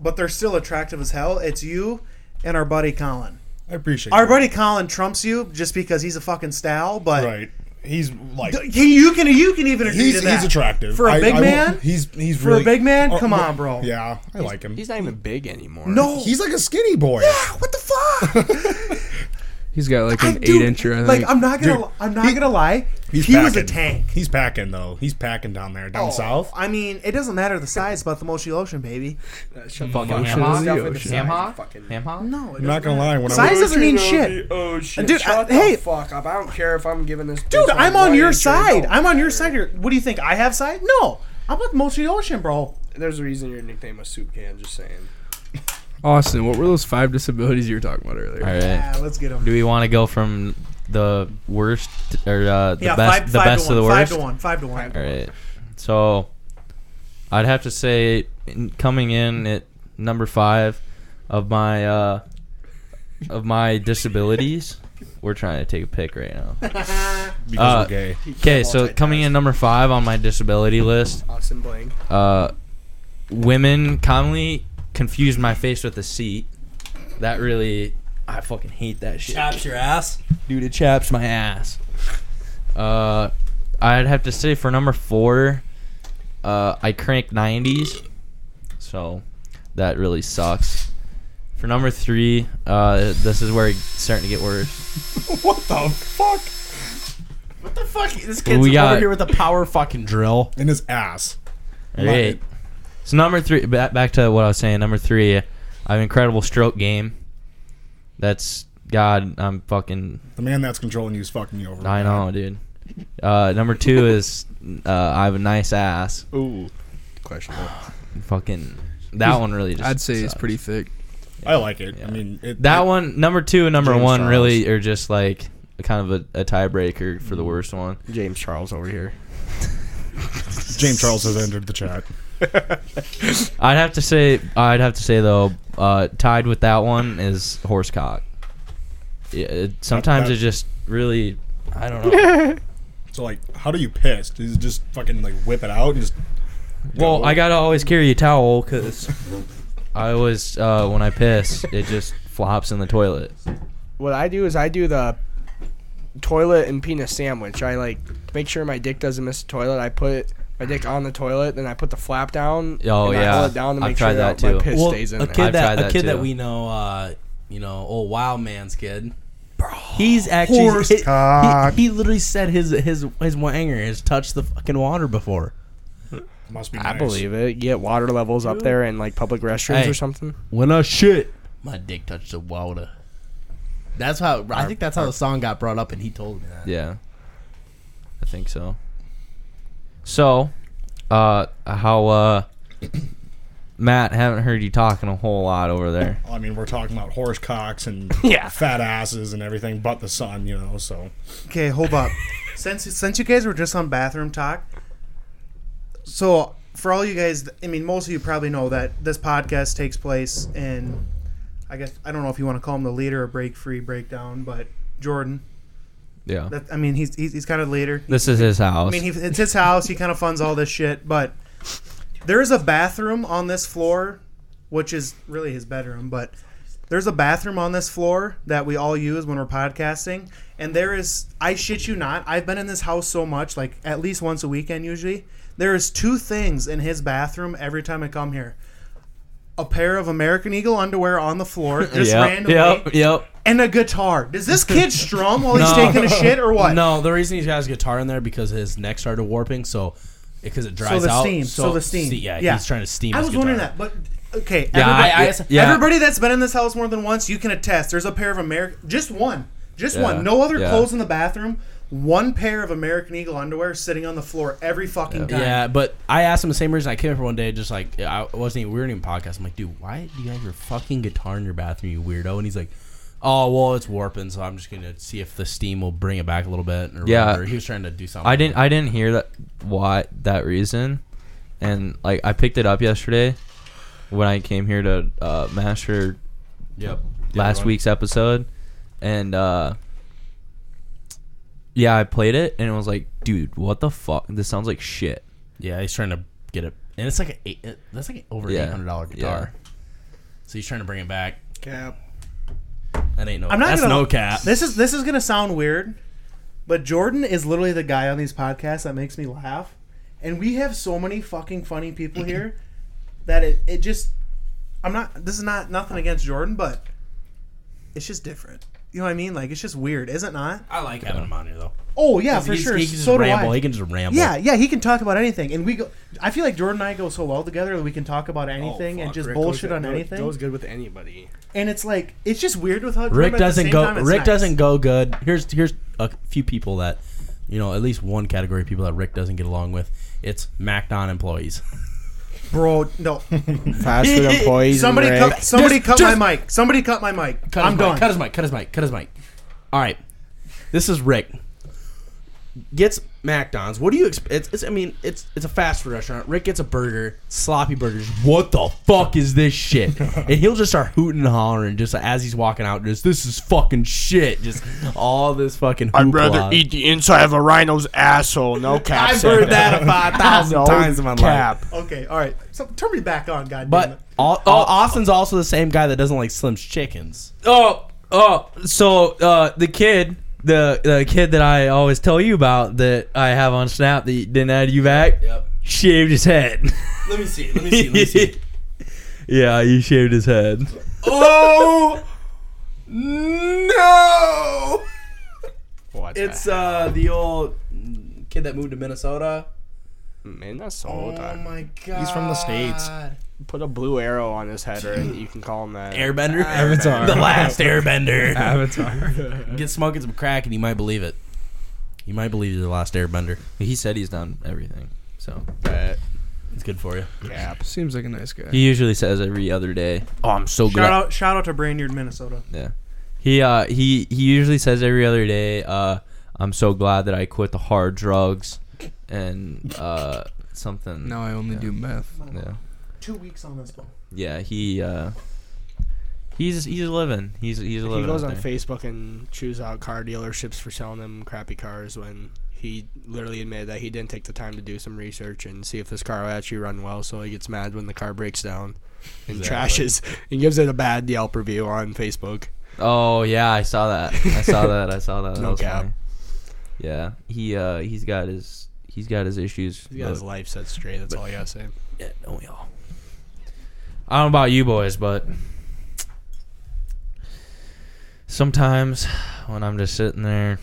[SPEAKER 2] but they're still attractive as hell. It's you and our buddy Colin.
[SPEAKER 5] I appreciate
[SPEAKER 2] Our
[SPEAKER 5] that.
[SPEAKER 2] buddy Colin trumps you just because he's a fucking stal, but
[SPEAKER 5] Right. He's like
[SPEAKER 2] he, you can you can even agree
[SPEAKER 5] he's
[SPEAKER 2] to that.
[SPEAKER 5] he's attractive
[SPEAKER 2] for a
[SPEAKER 5] I-
[SPEAKER 2] big
[SPEAKER 5] I won't-
[SPEAKER 2] man.
[SPEAKER 5] He's he's
[SPEAKER 2] For a
[SPEAKER 5] really,
[SPEAKER 2] big man?
[SPEAKER 5] uh,
[SPEAKER 2] Come
[SPEAKER 5] well,
[SPEAKER 2] on, bro.
[SPEAKER 5] Yeah, I like him.
[SPEAKER 6] He's not even big anymore.
[SPEAKER 2] no,
[SPEAKER 5] He's like a skinny boy.
[SPEAKER 2] what the fuck?
[SPEAKER 4] He's got like
[SPEAKER 2] I
[SPEAKER 4] an
[SPEAKER 2] do-
[SPEAKER 4] eight incher. I think.
[SPEAKER 2] Like I'm not gonna
[SPEAKER 5] Dude,
[SPEAKER 2] I'm not
[SPEAKER 5] he-
[SPEAKER 2] gonna lie.
[SPEAKER 5] He's
[SPEAKER 2] He was a
[SPEAKER 5] packing.
[SPEAKER 2] tank. Oh.
[SPEAKER 5] He's packing though. He's packing down there, down south.
[SPEAKER 2] I mean, it doesn't matter the size, but the motion ocean, baby.
[SPEAKER 3] Fucking
[SPEAKER 4] Ocean is the ocean.
[SPEAKER 3] Ham hock. Ham hock.
[SPEAKER 2] No, it
[SPEAKER 5] I'm not gonna lie. When I
[SPEAKER 2] Size
[SPEAKER 5] was,
[SPEAKER 2] doesn't mean shit.
[SPEAKER 6] Oh shit!
[SPEAKER 2] Dude,
[SPEAKER 6] Shut
[SPEAKER 2] I-
[SPEAKER 6] the
[SPEAKER 2] hey.
[SPEAKER 6] fuck up! I don't care if I'm giving this.
[SPEAKER 2] Dude, I'm on your side. I'm on your side here. What do you think? I have side? No. I'm with Mochi Ocean, bro.
[SPEAKER 6] There's a reason your nickname was Soup Can. Just saying.
[SPEAKER 4] Austin, what were those five disabilities you were talking about earlier?
[SPEAKER 3] All right.
[SPEAKER 2] Yeah, let's get him.
[SPEAKER 3] Do we want to go from the worst t- or uh, the
[SPEAKER 2] yeah,
[SPEAKER 3] best,
[SPEAKER 2] five,
[SPEAKER 3] the
[SPEAKER 2] five
[SPEAKER 3] best
[SPEAKER 2] to
[SPEAKER 3] of the
[SPEAKER 2] one,
[SPEAKER 3] worst?
[SPEAKER 2] Five to one. Five to one.
[SPEAKER 3] All right. So, I'd have to say in- coming in at number five of my uh, of my disabilities. We're trying to take a pick right now.
[SPEAKER 5] because
[SPEAKER 3] uh,
[SPEAKER 5] we're gay.
[SPEAKER 3] Okay, so coming in number five on my disability list
[SPEAKER 6] Austin Blank.
[SPEAKER 3] uh, women commonly confuse my face with a seat. That really, I fucking hate that shit,
[SPEAKER 1] Chaps your ass.
[SPEAKER 3] dude. It chaps my ass. Uh, I'd have to say for number four, uh, I crank nineties, so that really sucks. For number three, uh, this is where it's starting to get worse.
[SPEAKER 5] What the fuck?
[SPEAKER 1] What the fuck? This kid's
[SPEAKER 3] We got-
[SPEAKER 1] over here with a power fucking drill.
[SPEAKER 5] In his ass.
[SPEAKER 3] All right. So number three, back, back to what I was saying. Number three, uh, I have incredible stroke game. That's God. I'm fucking.
[SPEAKER 5] The man that's controlling you is fucking you over.
[SPEAKER 3] I know, dude. Uh, number two is uh, I have a nice ass.
[SPEAKER 6] Ooh. Questionable.
[SPEAKER 3] Fucking that one really. Just
[SPEAKER 4] I'd say it's
[SPEAKER 3] sucks.
[SPEAKER 4] pretty thick.
[SPEAKER 5] I like it.
[SPEAKER 3] Yeah.
[SPEAKER 5] I mean, it,
[SPEAKER 3] That
[SPEAKER 5] it-
[SPEAKER 3] one, number two and number
[SPEAKER 5] James
[SPEAKER 3] one,
[SPEAKER 5] Charles.
[SPEAKER 3] really are just like kind of a, a tiebreaker for
[SPEAKER 4] Mm.
[SPEAKER 3] the worst one.
[SPEAKER 6] James Charles over here.
[SPEAKER 5] James Charles has entered the chat.
[SPEAKER 3] I'd have to say, I'd have to say though, uh, tied with that one is horsecock. Yeah, it, sometimes
[SPEAKER 5] that-
[SPEAKER 3] it just really, I don't know.
[SPEAKER 5] So like, how do you piss? Do you just fucking like whip it out and just?
[SPEAKER 3] Well, I gotta always carry a towel because I always, uh, when I piss, it just flops in the toilet.
[SPEAKER 6] What I do is I do the toilet and penis sandwich. I like make sure my dick doesn't miss the toilet. I put my dick on the toilet, then I put the flap down.
[SPEAKER 3] Oh,
[SPEAKER 6] and I
[SPEAKER 3] yeah.
[SPEAKER 6] pull it down to
[SPEAKER 3] I've
[SPEAKER 6] make
[SPEAKER 3] tried
[SPEAKER 6] sure
[SPEAKER 3] that
[SPEAKER 6] my
[SPEAKER 3] too.
[SPEAKER 6] piss
[SPEAKER 1] Well,
[SPEAKER 6] stays in
[SPEAKER 1] a
[SPEAKER 6] there.
[SPEAKER 1] kid
[SPEAKER 3] I've
[SPEAKER 1] that,
[SPEAKER 3] tried
[SPEAKER 1] a
[SPEAKER 3] that
[SPEAKER 1] kid
[SPEAKER 3] too.
[SPEAKER 1] that we know, uh, you know, old Wild Man's kid. He's actually
[SPEAKER 2] Horse
[SPEAKER 1] he, he-
[SPEAKER 2] cock.
[SPEAKER 1] he literally said his his his wanger has touched the fucking water before.
[SPEAKER 5] Must be.
[SPEAKER 6] I
[SPEAKER 5] nice.
[SPEAKER 6] believe it. Get water levels up there in like public restrooms
[SPEAKER 1] Hey.
[SPEAKER 6] or something.
[SPEAKER 1] When I shit, my dick touched the water. That's how I think that's how the song got brought up, and he told me that.
[SPEAKER 3] Yeah, I think so. So, uh, how, uh, Matt, haven't heard you talking a whole lot over there.
[SPEAKER 5] I mean, we're talking about horse cocks and
[SPEAKER 6] Yeah.
[SPEAKER 5] fat asses and everything, but the sun, you know. So
[SPEAKER 2] Okay, hold up. since since you guys were just on bathroom talk, so for all you guys, I mean, most of you probably know that this podcast takes place in, I guess I don't know if you want to call him the leader or break free breakdown, but Jordan.
[SPEAKER 3] Yeah,
[SPEAKER 2] That, I mean, he's he's, he's kind of leader.
[SPEAKER 3] this is his house.
[SPEAKER 2] I mean, he, it's his house. He kind of funds all this shit, but There is a bathroom on this floor, which is really his bedroom, but there's a bathroom on this floor that we all use when we're podcasting. And there is, I shit you not, I've been in this house so much, like at least once a weekend usually. There is two things in his bathroom every time I come here a pair of American Eagle underwear on the floor, just
[SPEAKER 3] Yep,
[SPEAKER 2] randomly,
[SPEAKER 3] yep, yep.
[SPEAKER 2] and a guitar. Does this kid strum while he's
[SPEAKER 1] No.
[SPEAKER 2] taking a shit or what?
[SPEAKER 1] No, the reason he has a guitar in there because his neck started warping, so because it dries
[SPEAKER 2] the
[SPEAKER 1] out.
[SPEAKER 2] steam, so the steam.
[SPEAKER 1] ste- yeah,
[SPEAKER 2] Yeah.
[SPEAKER 1] he's trying to steam.
[SPEAKER 2] I
[SPEAKER 1] his
[SPEAKER 2] was wondering
[SPEAKER 1] guitar.
[SPEAKER 2] that, but okay.
[SPEAKER 3] Yeah,
[SPEAKER 2] everybody,
[SPEAKER 3] I- I- yeah.
[SPEAKER 2] everybody that's been in this house more than once, you can attest. There's a pair of American, just one, just
[SPEAKER 3] Yeah,
[SPEAKER 2] one. No other
[SPEAKER 3] yeah.
[SPEAKER 2] clothes in the bathroom. One pair of American Eagle underwear sitting on the floor every fucking time.
[SPEAKER 1] Yeah, but I asked him the same reason I came here for one day. Just like I wasn't even we weren't even podcasting. I'm like, dude, why do you have your fucking guitar in your bathroom, you weirdo? And he's like, oh well, it's warping, so I'm just gonna see if the steam will bring it back a little bit. Or
[SPEAKER 3] Yeah.
[SPEAKER 1] whatever. he was trying to do something.
[SPEAKER 3] I didn't I didn't hear that why that reason, and like I picked it up yesterday when I came here to uh, master
[SPEAKER 1] Yep.
[SPEAKER 3] last week's episode, and uh, yeah, I played it and it was like, dude, what the fuck? This sounds like shit.
[SPEAKER 1] Yeah, he's trying to get it, and it's like a eight, it- that's like an over
[SPEAKER 3] Yeah.
[SPEAKER 1] eight hundred dollar guitar. So he's trying to bring it back.
[SPEAKER 6] Cap.
[SPEAKER 1] That ain't no.
[SPEAKER 2] I'm not
[SPEAKER 1] that's
[SPEAKER 2] gonna-
[SPEAKER 1] no cap.
[SPEAKER 2] This is this is gonna sound weird, but Jordan is literally the guy on these podcasts that makes me laugh, and we have so many fucking funny people here that it, it just I'm not. This is not nothing against Jordan, but it's just different. You know what I mean? Like it's just weird, is it not?
[SPEAKER 1] I like having him on here though.
[SPEAKER 2] Oh yeah, for
[SPEAKER 1] He's-
[SPEAKER 2] sure.
[SPEAKER 1] He can just
[SPEAKER 2] so do
[SPEAKER 1] ramble.
[SPEAKER 2] I.
[SPEAKER 1] He can just ramble.
[SPEAKER 2] Yeah, yeah, he can talk about anything, and we go. I feel like Jordan and I go so well together that we can talk about anything and
[SPEAKER 6] fuck,
[SPEAKER 2] just
[SPEAKER 6] Rick goes
[SPEAKER 2] bullshit
[SPEAKER 6] with-
[SPEAKER 2] on anything.
[SPEAKER 6] Goes good with anybody.
[SPEAKER 2] and it's like it's just weird with how Jordan,
[SPEAKER 1] Rick
[SPEAKER 2] but at the
[SPEAKER 1] doesn't
[SPEAKER 2] same
[SPEAKER 1] go.
[SPEAKER 2] time, it's
[SPEAKER 1] Rick
[SPEAKER 2] nice.
[SPEAKER 1] doesn't go good. Here's here's a few people that, you know, at least one category of people that Rick doesn't get along with. It's MacDon employees.
[SPEAKER 2] bro. No,
[SPEAKER 6] Fast food employees.
[SPEAKER 2] Somebody
[SPEAKER 6] and
[SPEAKER 2] cut, somebody
[SPEAKER 1] Just-
[SPEAKER 2] cut
[SPEAKER 1] just-
[SPEAKER 2] my mic. Somebody cut my mic.
[SPEAKER 1] Cut
[SPEAKER 2] I'm
[SPEAKER 1] his mic,
[SPEAKER 2] done.
[SPEAKER 1] Cut his mic. Cut his mic. Cut his mic. All right, this is Rick. Gets MacDon's. What do you expect? It's, it's I mean, it's it's a fast food restaurant. Rick gets a burger, sloppy burgers. What the fuck is this shit? and he'll just start hooting and hollering just as he's walking out. Just this is fucking shit. Just all this fucking. hoopla.
[SPEAKER 6] the inside of a rhino's asshole. No cap.
[SPEAKER 1] I've heard that a five thousand times in my life.
[SPEAKER 2] Okay, all right. So, turn me back on, goddamn.
[SPEAKER 1] But
[SPEAKER 6] Oh.
[SPEAKER 1] Au- Au- Austin's also the same guy that doesn't like Slim's chickens.
[SPEAKER 3] Oh, oh. So uh, the kid, the the kid that I always tell you about that I have on Snap that you- didn't add you back,
[SPEAKER 1] Yep.
[SPEAKER 3] shaved his head.
[SPEAKER 1] Let me see. Let me see. Let me see.
[SPEAKER 3] yeah, you shaved his head.
[SPEAKER 1] oh no! It's uh the old kid that moved to Minnesota.
[SPEAKER 6] man. That's so old. dog.
[SPEAKER 1] my god!
[SPEAKER 5] He's from the States.
[SPEAKER 1] Ah.
[SPEAKER 6] Put a blue arrow on his head, or you can call him that.
[SPEAKER 1] Airbender.
[SPEAKER 5] Avatar.
[SPEAKER 1] The last Airbender.
[SPEAKER 5] Avatar.
[SPEAKER 1] Get smoking some crack and you might believe it. You might believe you're the last Airbender.
[SPEAKER 3] He said he's done everything. So
[SPEAKER 6] But,
[SPEAKER 1] It's good for you.
[SPEAKER 6] cap.
[SPEAKER 4] Seems like a nice guy.
[SPEAKER 3] he usually says every other day. Oh, I'm so
[SPEAKER 2] shout
[SPEAKER 3] glad.
[SPEAKER 2] out, shout out to Brainerd, Minnesota.
[SPEAKER 3] Yeah. He uh he he usually says every other day, uh, I'm so glad that I quit the hard drugs and uh something.
[SPEAKER 4] Now I only do meth.
[SPEAKER 3] Yeah.
[SPEAKER 2] Two weeks on this phone.
[SPEAKER 3] Yeah, he uh he's he's living. He's he's living.
[SPEAKER 6] He goes
[SPEAKER 3] out
[SPEAKER 6] on
[SPEAKER 3] there.
[SPEAKER 6] Facebook and chews out car dealerships for selling them crappy cars when he literally admitted that he didn't take the time to do some research and see if this car will actually run well. So he gets mad when the car breaks down and
[SPEAKER 1] Exactly.
[SPEAKER 6] trashes and gives it a bad Yelp review on Facebook.
[SPEAKER 3] Oh yeah, I saw that. I saw that. I saw that. that
[SPEAKER 6] No
[SPEAKER 3] was
[SPEAKER 6] cap.
[SPEAKER 3] funny. Yeah, he uh he's got his he's got his issues.
[SPEAKER 6] He's got his
[SPEAKER 3] but-
[SPEAKER 6] life set straight. That's all I gotta say.
[SPEAKER 3] yeah, don't we all? I don't know about you boys, but sometimes when I'm just sitting there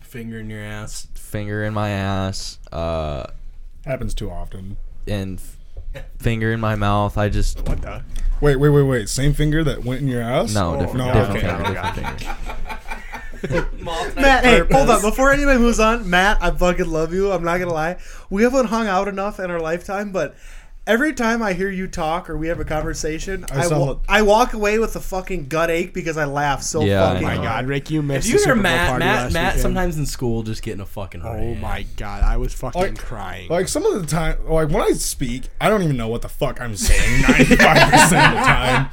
[SPEAKER 1] Finger in your ass.
[SPEAKER 3] finger in my ass uh,
[SPEAKER 5] Happens too often.
[SPEAKER 3] and f- finger in my mouth. I just
[SPEAKER 6] What the?
[SPEAKER 5] Wait, wait, wait, wait. Same finger that went in your ass?
[SPEAKER 3] no different,
[SPEAKER 5] no,
[SPEAKER 3] different,
[SPEAKER 5] okay.
[SPEAKER 3] finger, different finger.
[SPEAKER 2] Matt, hey, hold up. Before anybody moves on, Matt, I fucking love you. I'm not gonna lie. We haven't hung out enough in our lifetime, but every time I hear you talk or we have a conversation, I,
[SPEAKER 5] I saw
[SPEAKER 2] wa-
[SPEAKER 5] what-
[SPEAKER 2] I walk away with a fucking gut ache because I laugh so
[SPEAKER 3] Yeah, I
[SPEAKER 2] fucking.
[SPEAKER 3] know.
[SPEAKER 6] My
[SPEAKER 2] hard.
[SPEAKER 6] God, Rick, you
[SPEAKER 1] If
[SPEAKER 6] missed.
[SPEAKER 1] you
[SPEAKER 6] the
[SPEAKER 1] hear
[SPEAKER 6] Super Bowl
[SPEAKER 1] Matt,
[SPEAKER 6] party
[SPEAKER 1] Matt,
[SPEAKER 6] last
[SPEAKER 1] Matt,
[SPEAKER 6] weekend.
[SPEAKER 1] sometimes in school just getting a fucking hard
[SPEAKER 6] Oh
[SPEAKER 1] hand.
[SPEAKER 6] my God, I was fucking
[SPEAKER 5] Like-
[SPEAKER 6] crying.
[SPEAKER 5] Like some of the time, like when I speak, I don't even know what the fuck I'm saying 95% of the time.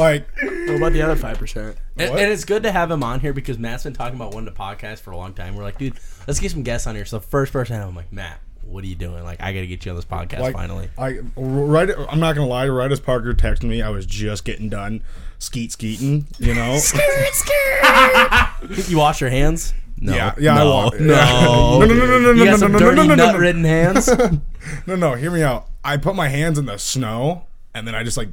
[SPEAKER 5] Like,
[SPEAKER 6] what about the other five percent?
[SPEAKER 1] And,
[SPEAKER 5] What?
[SPEAKER 1] and it's good to have him on here because Matt's been talking about one to podcast for a long time. We're like, dude, let's get some guests on here. So the first person I have, I'm like, Matt, what are you doing? Like, I got to get you on this podcast
[SPEAKER 5] Like- uh,
[SPEAKER 1] finally.
[SPEAKER 5] I right. I'm not gonna lie. Right as Parker texted me, I was just getting done skeet skeeting. You know.
[SPEAKER 1] you wash your hands? No.
[SPEAKER 5] Yeah, yeah, I
[SPEAKER 1] No.
[SPEAKER 5] wa-
[SPEAKER 1] no.
[SPEAKER 5] No, no, no, no, no,
[SPEAKER 1] You
[SPEAKER 5] no,
[SPEAKER 1] got some
[SPEAKER 5] no, no,
[SPEAKER 1] dirty,
[SPEAKER 5] no, no, no, no.
[SPEAKER 1] nut-ridden hands.
[SPEAKER 5] No, no. Hear me out. I put my hands in the snow and then I just like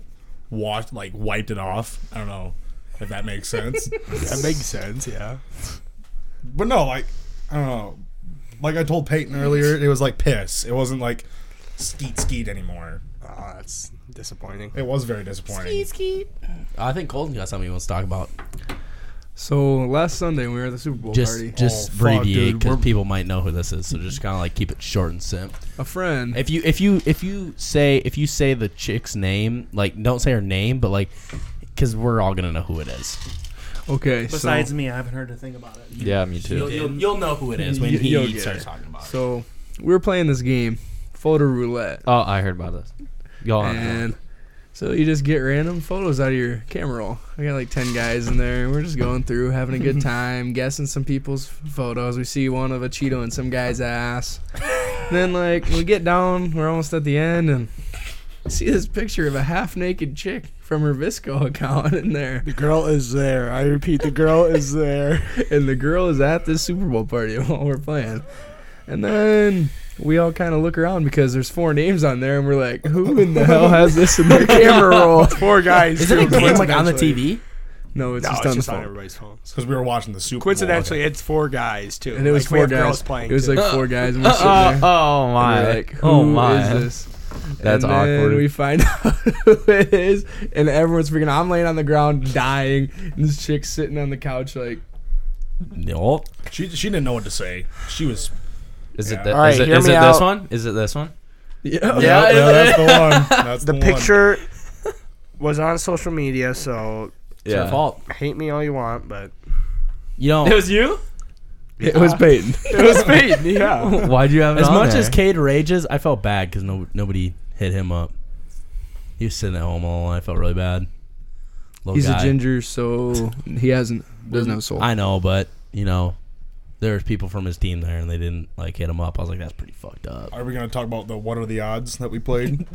[SPEAKER 5] washed, like wiped it off. I don't know if that makes sense.
[SPEAKER 4] That makes sense. Yeah.
[SPEAKER 5] but no, like I don't know. Like I told Peyton earlier, it was like piss. It wasn't like skeet skeet anymore.
[SPEAKER 6] Oh, that's disappointing.
[SPEAKER 5] It was very disappointing.
[SPEAKER 1] I think Colton's got something he wants to talk about.
[SPEAKER 4] So last Sunday we were at the Super Bowl
[SPEAKER 1] Just,
[SPEAKER 4] party.
[SPEAKER 1] just
[SPEAKER 5] Oh, fuck,
[SPEAKER 1] abbreviate
[SPEAKER 5] dude,
[SPEAKER 1] because
[SPEAKER 5] we're-
[SPEAKER 1] people might know who this is. So just kind of like keep it short and simp.
[SPEAKER 4] A friend.
[SPEAKER 1] If you, if you, if you say, if you say the chick's name, like don't say her name, but like, because we're all gonna know who it is.
[SPEAKER 4] Okay.
[SPEAKER 2] Besides
[SPEAKER 4] so,
[SPEAKER 2] me, I haven't heard a thing about it.
[SPEAKER 3] Yeah, me too.
[SPEAKER 1] You'll, you'll, you'll know who it is when
[SPEAKER 4] Y- you'll
[SPEAKER 1] he
[SPEAKER 4] get
[SPEAKER 1] starts
[SPEAKER 4] it.
[SPEAKER 1] talking about it.
[SPEAKER 4] so we were playing this game, photo roulette,
[SPEAKER 3] Oh, I heard about this. Go on.
[SPEAKER 4] and so you just get random photos out of your camera roll. I got like ten guys in there, and we're just going through, having a good time, guessing some people's photos. We see one of a Cheeto in some guy's ass. then like we get down, we're almost at the end, and see this picture of a half naked chick from her Visco account in there.
[SPEAKER 6] The girl is there. I repeat, the girl is there.
[SPEAKER 4] and the girl is at this Super Bowl party while we're playing. And then we all kind of look around because there's four names on there, and we're like, who in the hell has this in their camera roll?
[SPEAKER 6] Poor guys.
[SPEAKER 1] Is it a
[SPEAKER 6] too,
[SPEAKER 1] game like on the
[SPEAKER 6] coincidentally.
[SPEAKER 1] TV?
[SPEAKER 4] No, it's
[SPEAKER 6] No,
[SPEAKER 4] just
[SPEAKER 6] it's
[SPEAKER 4] on
[SPEAKER 6] just
[SPEAKER 4] the
[SPEAKER 6] on
[SPEAKER 4] phone.
[SPEAKER 6] everybody's phones.
[SPEAKER 5] Because we were watching the Super Bowl.
[SPEAKER 6] Coincidentally, it's four guys too.
[SPEAKER 4] And it was
[SPEAKER 6] Like, we
[SPEAKER 4] four
[SPEAKER 6] have girls
[SPEAKER 4] guys.
[SPEAKER 6] playing.
[SPEAKER 4] It was
[SPEAKER 6] too.
[SPEAKER 4] like four guys, and we're sitting there.
[SPEAKER 3] Oh, oh
[SPEAKER 4] and we're
[SPEAKER 3] my!
[SPEAKER 4] like,
[SPEAKER 3] oh
[SPEAKER 4] who
[SPEAKER 3] my!
[SPEAKER 4] is this?
[SPEAKER 3] That's
[SPEAKER 4] and then
[SPEAKER 3] awkward.
[SPEAKER 4] We find out who it is, and everyone's freaking. I'm laying on the ground dying, and this chick's sitting on the couch like,
[SPEAKER 1] No.
[SPEAKER 5] she she didn't know what to say. She was
[SPEAKER 3] Is
[SPEAKER 5] Yeah.
[SPEAKER 3] it, the,
[SPEAKER 6] All right,
[SPEAKER 3] is it,
[SPEAKER 6] hear
[SPEAKER 3] is
[SPEAKER 6] me
[SPEAKER 3] it
[SPEAKER 6] out.
[SPEAKER 3] this one? Is it this one?
[SPEAKER 5] yeah,
[SPEAKER 4] yeah,
[SPEAKER 5] yeah, that's the one. That's the,
[SPEAKER 6] the picture was on social media, so
[SPEAKER 1] It's your fault.
[SPEAKER 6] hate me all you want, but
[SPEAKER 1] You know,
[SPEAKER 3] It was you.
[SPEAKER 4] it was Peyton.
[SPEAKER 6] it was Peyton. Yeah,
[SPEAKER 3] Why'd you have it
[SPEAKER 1] As
[SPEAKER 3] on
[SPEAKER 1] much
[SPEAKER 3] there?
[SPEAKER 1] as Cade rages, I felt bad because no, nobody hit him up. He was sitting at home all alone. I felt really bad. Little
[SPEAKER 4] He's
[SPEAKER 1] guy.
[SPEAKER 4] a ginger, so he hasn't doesn't have a soul.
[SPEAKER 1] I know, but you know, there's people from his team there, and they didn't like hit him up. I was like, that's pretty fucked up.
[SPEAKER 5] Are we gonna talk about the what are the odds that we played?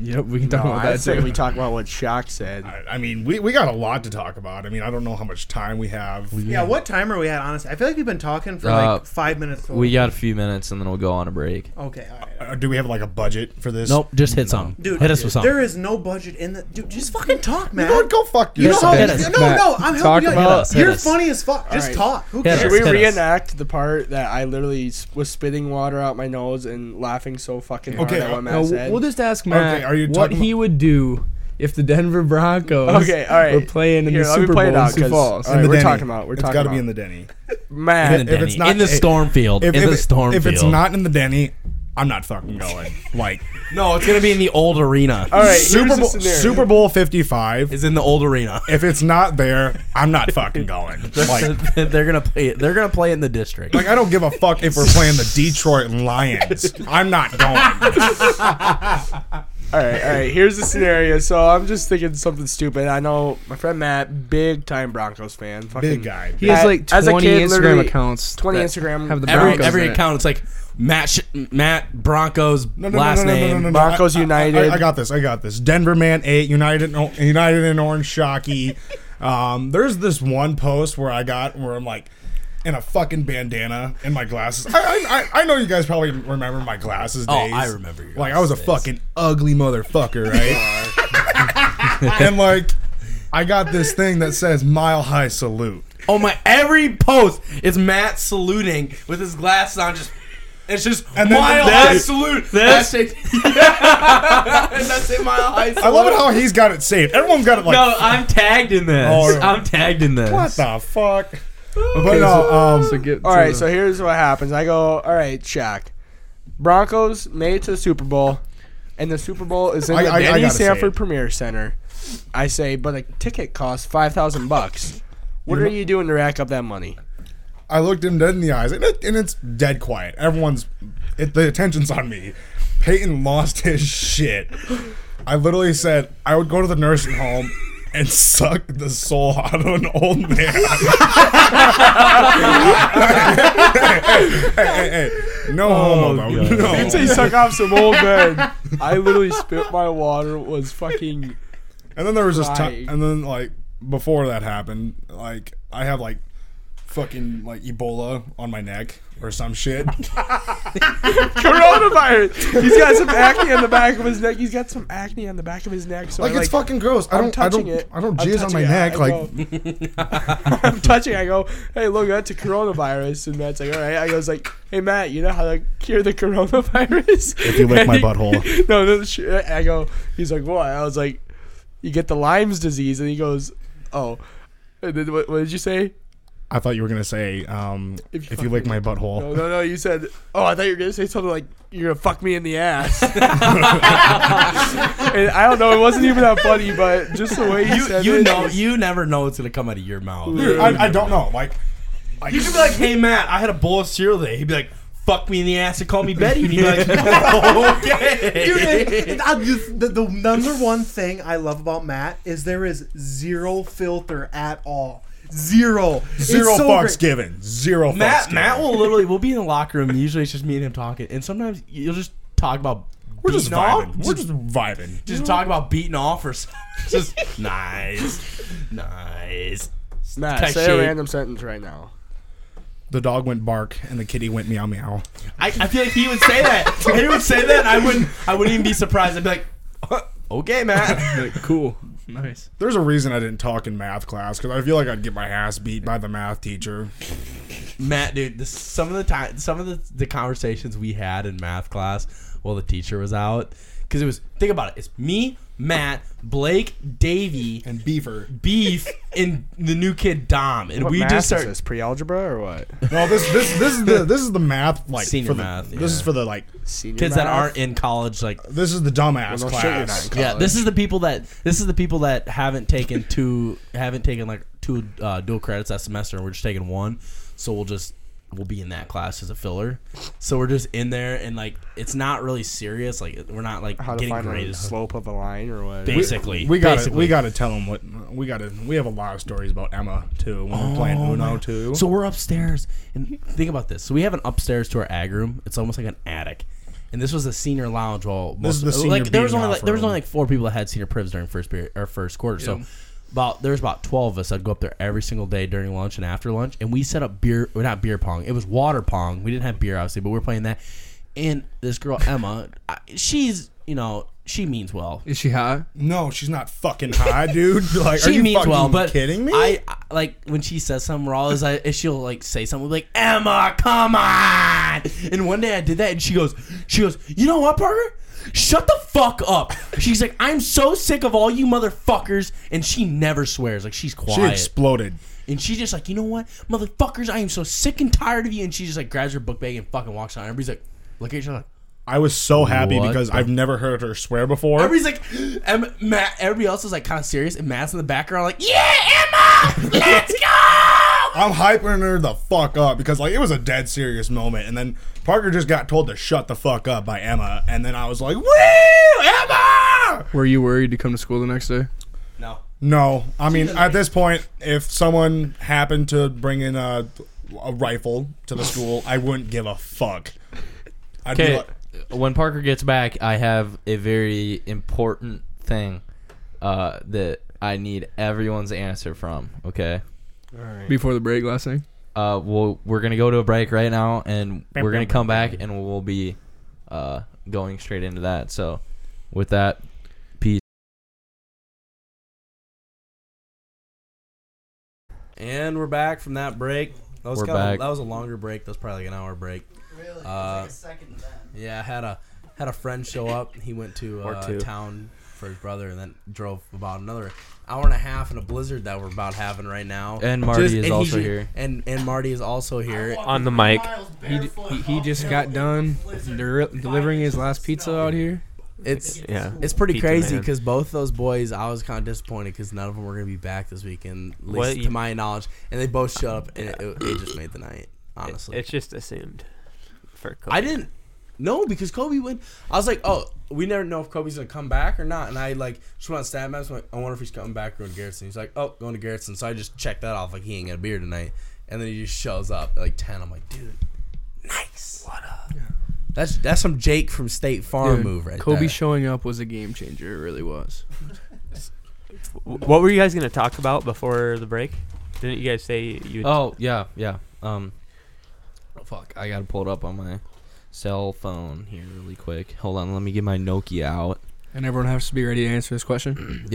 [SPEAKER 4] Yep, we can
[SPEAKER 6] no,
[SPEAKER 4] talk about
[SPEAKER 6] I
[SPEAKER 4] that
[SPEAKER 6] say
[SPEAKER 4] too.
[SPEAKER 6] we talk about what Shock said.
[SPEAKER 5] I, I mean, we, we got a lot to talk about. I mean, I don't know how much time we have.
[SPEAKER 2] Yeah, what time are we at? Honestly, I feel like we've been talking for
[SPEAKER 3] Uh,
[SPEAKER 2] like five minutes. total.
[SPEAKER 3] we got a few minutes and then we'll go on a break.
[SPEAKER 2] okay. All right.
[SPEAKER 5] Uh, do we have like a budget for this?
[SPEAKER 1] Nope, just hit something.
[SPEAKER 2] Dude,
[SPEAKER 1] hit us with something.
[SPEAKER 2] There is no budget in the dude. Just fucking talk,
[SPEAKER 5] You
[SPEAKER 2] man.
[SPEAKER 5] know what? Go fuck
[SPEAKER 2] You
[SPEAKER 5] yourself.
[SPEAKER 2] know-
[SPEAKER 1] hit us,
[SPEAKER 2] no,
[SPEAKER 4] Matt.
[SPEAKER 2] no, I'm helping
[SPEAKER 4] Talk
[SPEAKER 2] you. out.
[SPEAKER 4] about-
[SPEAKER 1] Hit
[SPEAKER 2] You're
[SPEAKER 1] us.
[SPEAKER 2] funny as fuck. Just
[SPEAKER 6] right.
[SPEAKER 2] talk. Who
[SPEAKER 1] Hit
[SPEAKER 6] Should
[SPEAKER 1] us,
[SPEAKER 2] cares?
[SPEAKER 6] we
[SPEAKER 1] hit us.
[SPEAKER 6] reenact the part that I literally s- was spitting water out my nose and laughing so fucking hard
[SPEAKER 5] Okay,
[SPEAKER 6] at
[SPEAKER 5] uh,
[SPEAKER 6] what Matt
[SPEAKER 4] No,
[SPEAKER 6] said?
[SPEAKER 4] we'll we'll just ask Matt
[SPEAKER 5] are you
[SPEAKER 4] what
[SPEAKER 5] talking
[SPEAKER 4] he would do if the Denver Broncos
[SPEAKER 6] Okay, all right.
[SPEAKER 4] were playing in
[SPEAKER 6] Here,
[SPEAKER 4] the
[SPEAKER 6] let me
[SPEAKER 4] Super
[SPEAKER 6] play it
[SPEAKER 4] Bowl in
[SPEAKER 6] out,
[SPEAKER 4] Sioux
[SPEAKER 6] 'cause-
[SPEAKER 4] Falls.
[SPEAKER 6] all right, we're talking about- we're
[SPEAKER 5] It's
[SPEAKER 6] talking
[SPEAKER 5] got to be
[SPEAKER 6] about-
[SPEAKER 5] in the Denny.
[SPEAKER 1] in
[SPEAKER 6] Matt,
[SPEAKER 1] the,
[SPEAKER 5] if
[SPEAKER 1] Denny.
[SPEAKER 5] it's not-
[SPEAKER 1] in the
[SPEAKER 5] if-
[SPEAKER 1] storm field.
[SPEAKER 5] If,
[SPEAKER 1] in
[SPEAKER 5] if
[SPEAKER 1] the
[SPEAKER 5] it-
[SPEAKER 1] storm
[SPEAKER 5] if
[SPEAKER 1] field.
[SPEAKER 5] it's not in the Denny, I'm not fucking going. Like
[SPEAKER 1] no, it's gonna be in the old arena.
[SPEAKER 6] all right,
[SPEAKER 5] Super
[SPEAKER 6] here's
[SPEAKER 5] Bowl,
[SPEAKER 6] the scenario.
[SPEAKER 5] Super Bowl 55.
[SPEAKER 1] It's in the old arena.
[SPEAKER 5] if it's not there, I'm not fucking going. Like,
[SPEAKER 1] they're gonna play it. They're gonna play it in the district.
[SPEAKER 5] like I don't give a fuck if we're playing the Detroit Lions. I'm not going.
[SPEAKER 6] All right, all right. Here's the scenario. So I'm just thinking something stupid. I know my friend Matt, big time Broncos fan. Fucking
[SPEAKER 5] Big guy.
[SPEAKER 4] He has
[SPEAKER 6] Matt,
[SPEAKER 4] like
[SPEAKER 6] as a
[SPEAKER 4] 20
[SPEAKER 6] kid,
[SPEAKER 4] Instagram
[SPEAKER 6] literally-
[SPEAKER 4] accounts.
[SPEAKER 6] 20
[SPEAKER 4] that
[SPEAKER 6] Instagram
[SPEAKER 4] have the
[SPEAKER 1] every
[SPEAKER 4] Broncos
[SPEAKER 1] every
[SPEAKER 4] in it.
[SPEAKER 1] account, it's like Matt Sh- Matt Broncos
[SPEAKER 5] No, no, no,
[SPEAKER 1] last
[SPEAKER 5] no, no, no,
[SPEAKER 1] name.
[SPEAKER 5] no, no, no.
[SPEAKER 6] Broncos
[SPEAKER 5] I- I-
[SPEAKER 6] United.
[SPEAKER 5] I, I got this. I got this. Denver man eight. United. in- United in orange shocky. Um, there's this one post where I got where I'm like in a fucking bandana and my glasses. I I, I- I know you guys probably remember my glasses
[SPEAKER 1] Oh,
[SPEAKER 5] days.
[SPEAKER 1] I remember your
[SPEAKER 5] Like I was a
[SPEAKER 1] glasses days.
[SPEAKER 5] fucking ugly motherfucker, right? and like I got this thing that says mile high salute.
[SPEAKER 1] Oh my! Every post is Matt saluting with his glasses on. Just it's just
[SPEAKER 5] And then
[SPEAKER 1] mile
[SPEAKER 5] this-
[SPEAKER 1] high salute. This. Hashtag, Hashtag mile high salute.
[SPEAKER 5] I love it how he's got it saved. Everyone's got it like
[SPEAKER 3] No, I'm tagged in this.
[SPEAKER 5] Oh, no.
[SPEAKER 3] I'm tagged in this.
[SPEAKER 5] what the fuck.
[SPEAKER 4] Okay,
[SPEAKER 5] But no,
[SPEAKER 4] so-
[SPEAKER 5] um,
[SPEAKER 4] So get
[SPEAKER 6] All
[SPEAKER 4] to
[SPEAKER 6] right,
[SPEAKER 4] the-
[SPEAKER 6] so here's what happens. I go, all right, Shaq. Broncos made it to the Super Bowl, and the Super Bowl is in
[SPEAKER 5] I-
[SPEAKER 6] the
[SPEAKER 5] I- I
[SPEAKER 6] Danny
[SPEAKER 5] gotta say
[SPEAKER 6] Sanford
[SPEAKER 5] it.
[SPEAKER 6] Premier Center. I say, but a ticket costs five thousand bucks. What are you doing to rack up that money?
[SPEAKER 5] I looked him dead in the eyes, and, it, and it's dead quiet. Everyone's, it, the attention's on me. Peyton lost his shit. I literally said I would go to the nursing home and suck the soul out of an old man. hey, hey, hey. No homo, though.
[SPEAKER 3] God.
[SPEAKER 5] No.
[SPEAKER 6] You'd say suck off some old men. I literally spit my water. Was fucking.
[SPEAKER 5] And then there was this time,
[SPEAKER 6] Crying.
[SPEAKER 5] and then like before that happened, like I have like fucking like Ebola on my neck or some shit.
[SPEAKER 6] Coronavirus. He's got some acne on the back of his neck. He's got some acne on the back of his neck. So
[SPEAKER 5] like,
[SPEAKER 6] I,
[SPEAKER 5] it's fucking gross. I
[SPEAKER 6] I'm
[SPEAKER 5] don't, I
[SPEAKER 6] touching
[SPEAKER 5] don't,
[SPEAKER 6] it.
[SPEAKER 5] I don't
[SPEAKER 6] I'm
[SPEAKER 5] jizz on my
[SPEAKER 6] touching it.
[SPEAKER 5] neck.
[SPEAKER 6] I
[SPEAKER 5] like
[SPEAKER 6] go- I'm touching. I go, hey, look, that's a coronavirus, and Matt's like, all right. I goes like, hey, Matt, you know how to cure the coronavirus?
[SPEAKER 5] if you lick
[SPEAKER 6] And
[SPEAKER 5] my
[SPEAKER 6] he-
[SPEAKER 5] butthole,
[SPEAKER 6] no, no. sh- I go. He's like, what? I was like, you get the Lyme's disease, and he goes, oh. And then what, what did you say?
[SPEAKER 5] I thought you were gonna say um,
[SPEAKER 6] If
[SPEAKER 5] if you lick my butthole.
[SPEAKER 6] No, no, no. You said, oh, I thought you were gonna say something like you're gonna fuck me in the ass. and I don't know. It wasn't even that funny, but just the way he
[SPEAKER 1] You,
[SPEAKER 6] said
[SPEAKER 1] you
[SPEAKER 6] it.
[SPEAKER 1] know, you never know what's gonna come out of your mouth.
[SPEAKER 5] Dude, I, I don't know. Like, like
[SPEAKER 1] You could be like, "Hey Matt, I had a bowl of cereal today." He'd be like, "Fuck me in the ass and call me Betty," and he'd be like, "Oh,
[SPEAKER 2] Dude,
[SPEAKER 1] "Okay."
[SPEAKER 2] and- and I- the, the number one thing I love about Matt is there is zero filter at all. Zero. It's
[SPEAKER 5] zero
[SPEAKER 2] so great.
[SPEAKER 5] fucks given. Zero fucks
[SPEAKER 1] Matt,
[SPEAKER 5] given.
[SPEAKER 1] Matt will literally we'll be in the locker room. Usually it's just me and him talking, and sometimes you'll just talk about
[SPEAKER 5] We're just
[SPEAKER 1] beating off.
[SPEAKER 5] vibing. We're just vibing.
[SPEAKER 1] Just talk about beating off or something. Just nice, nice.
[SPEAKER 6] Matt,
[SPEAKER 1] Text
[SPEAKER 6] say
[SPEAKER 1] shape.
[SPEAKER 6] a random sentence right now.
[SPEAKER 5] The dog went bark and the kitty went meow meow.
[SPEAKER 1] I, I feel like he would say that. he would say that. And I wouldn't. I wouldn't even be surprised. I'd be like, "Okay, Matt."
[SPEAKER 4] Like, cool. Nice.
[SPEAKER 5] There's a reason I didn't talk in math class because I feel like I'd get my ass beat by the math teacher.
[SPEAKER 1] Matt, dude, this, some of the time, some of the, the conversations we had in math class while the teacher was out, because it was think about it, it's me, Matt, Blake, Davey,
[SPEAKER 5] And Beaver.
[SPEAKER 1] Beef, and the new kid Dom, and
[SPEAKER 6] What
[SPEAKER 1] we
[SPEAKER 6] math
[SPEAKER 1] just
[SPEAKER 6] is
[SPEAKER 1] started.
[SPEAKER 6] this pre-algebra or what?
[SPEAKER 5] No, this this this is the this is the math like
[SPEAKER 1] Senior
[SPEAKER 5] for the,
[SPEAKER 1] math,
[SPEAKER 5] This is
[SPEAKER 1] yeah.
[SPEAKER 5] for the like
[SPEAKER 6] Senior
[SPEAKER 1] Kids that
[SPEAKER 6] math?
[SPEAKER 1] aren't in college, like
[SPEAKER 5] this is the dumbass
[SPEAKER 6] Well, no shit, you're not
[SPEAKER 5] class.
[SPEAKER 6] in
[SPEAKER 1] yeah,
[SPEAKER 6] college.
[SPEAKER 1] this is the people that this is the people that haven't taken two, haven't taken like two uh, dual credits that semester, and we're just taking one, so we'll just we'll be in that class as a filler. So we're just in there, and like it's not really serious. Like we're not like
[SPEAKER 6] how to
[SPEAKER 1] getting
[SPEAKER 6] find the
[SPEAKER 1] graded.
[SPEAKER 6] slope of a line or what?
[SPEAKER 1] basically.
[SPEAKER 5] We got to
[SPEAKER 1] basically.
[SPEAKER 5] we got to tell them what we got to. We have a lot of stories about Emma too. When we're playing
[SPEAKER 1] Oh,
[SPEAKER 5] Uno
[SPEAKER 1] my-
[SPEAKER 5] too.
[SPEAKER 1] So we're upstairs, and think about this. So we have an upstairs to our ag room. It's almost like an attic, and this was a senior lounge. All
[SPEAKER 5] This is the senior
[SPEAKER 1] like there was
[SPEAKER 5] being
[SPEAKER 1] only like,
[SPEAKER 5] off
[SPEAKER 1] there was
[SPEAKER 5] room.
[SPEAKER 1] only like four people that had senior privs during first period or first quarter. So
[SPEAKER 4] Yeah.
[SPEAKER 1] about there was about twelve of us. I'd go up there every single day during lunch and after lunch, and we set up beer. Well, not beer pong. It was water pong. We didn't have beer obviously, but we were playing that. And this girl Emma, I, she's you know she means well.
[SPEAKER 4] Is she hot?
[SPEAKER 5] no, she's not fucking high, dude. Like,
[SPEAKER 1] she
[SPEAKER 5] are you
[SPEAKER 1] means
[SPEAKER 5] fucking
[SPEAKER 1] well, but
[SPEAKER 5] kidding me?
[SPEAKER 1] I, I like when she says something. We're always like, if she'll like say something like, "Emma, come on!" And one day I did that, and she goes, "She goes, you know what, Parker? Shut the fuck up." She's like, "I'm so sick of all you motherfuckers," and she never swears. Like she's
[SPEAKER 5] she
[SPEAKER 1] quiet,
[SPEAKER 5] exploded.
[SPEAKER 1] and she's just like, "You know what, motherfuckers? I am so sick and tired of you." And she just like grabs her book bag and fucking walks out. Everybody's like, "Look at each other."
[SPEAKER 5] I was so happy
[SPEAKER 1] What
[SPEAKER 5] because
[SPEAKER 1] the-
[SPEAKER 5] I've never heard her swear before.
[SPEAKER 1] Everybody's like, Em- Matt. Everybody else is like kind of serious, and Matt's in the background like, "Yeah, Emma, let's go."
[SPEAKER 5] I'm hyping her the fuck up because like it was a dead serious moment, and then Parker just got told to shut the fuck up by Emma, and then I was like, "Woo, Emma!"
[SPEAKER 4] Were you worried to come to school the next day?
[SPEAKER 1] No.
[SPEAKER 5] No, I mean at this point, if someone happened to bring in a, a rifle to the school, I wouldn't give a fuck. I'd be
[SPEAKER 3] Okay,
[SPEAKER 5] like,
[SPEAKER 3] when Parker gets back, I have a very important thing uh, that I need everyone's answer from. Okay,
[SPEAKER 4] Before the break last night?
[SPEAKER 3] uh, well, we're gonna go to a break right now, and we're gonna come back, and we'll be uh, going straight into that. So, with that, peace.
[SPEAKER 1] And we're back from that break. That was
[SPEAKER 3] We're
[SPEAKER 1] kinda,
[SPEAKER 3] back.
[SPEAKER 1] That was a longer break. That was probably like an hour break. Really? Uh, Yeah, I had a had a friend show up. He went to
[SPEAKER 6] Or
[SPEAKER 1] uh,
[SPEAKER 6] two.
[SPEAKER 1] town for his brother, and then drove about another hour and a half in a blizzard that we're about having right now.
[SPEAKER 3] And Marty
[SPEAKER 1] Just-
[SPEAKER 3] is
[SPEAKER 1] and
[SPEAKER 3] also
[SPEAKER 1] he's-
[SPEAKER 3] here.
[SPEAKER 1] And and Marty is also here.
[SPEAKER 8] on the mic.
[SPEAKER 4] He, d- he, he just got done del- delivering his last pizza out here.
[SPEAKER 1] It's
[SPEAKER 8] Yeah.
[SPEAKER 1] it's pretty
[SPEAKER 8] Pizza
[SPEAKER 1] crazy
[SPEAKER 8] man.
[SPEAKER 1] because both those boys, I was kind of disappointed because none of them were gonna be back this weekend, at least
[SPEAKER 8] What you-
[SPEAKER 1] to my knowledge. And they both showed up, and it, it, it just made the night. Honestly,
[SPEAKER 8] It's just assumed. For Kobe.
[SPEAKER 1] I didn't. No, because Kobe went. I was like, oh, we never know if Kobe's gonna come back or not. And I like just went on stat maps. Went, I wonder if he's coming back or going to Garrison. He's like, oh, going to Garrison. So I just checked that off. Like he ain't got a beer tonight. And then he just shows up at like ten. I'm like, dude, Nice. What up? That's that's some Jake from State Farm
[SPEAKER 4] Dude,
[SPEAKER 1] move right
[SPEAKER 4] Kobe
[SPEAKER 1] there.
[SPEAKER 4] showing up was a game changer. It really was.
[SPEAKER 8] W- What were you guys gonna talk about before the break? Didn't you guys say you?
[SPEAKER 3] Oh yeah, yeah. Um, oh, fuck, I gotta pull it up on my cell phone here really quick. Hold on, let me get my Nokia out.
[SPEAKER 4] And everyone has to be ready to answer this question.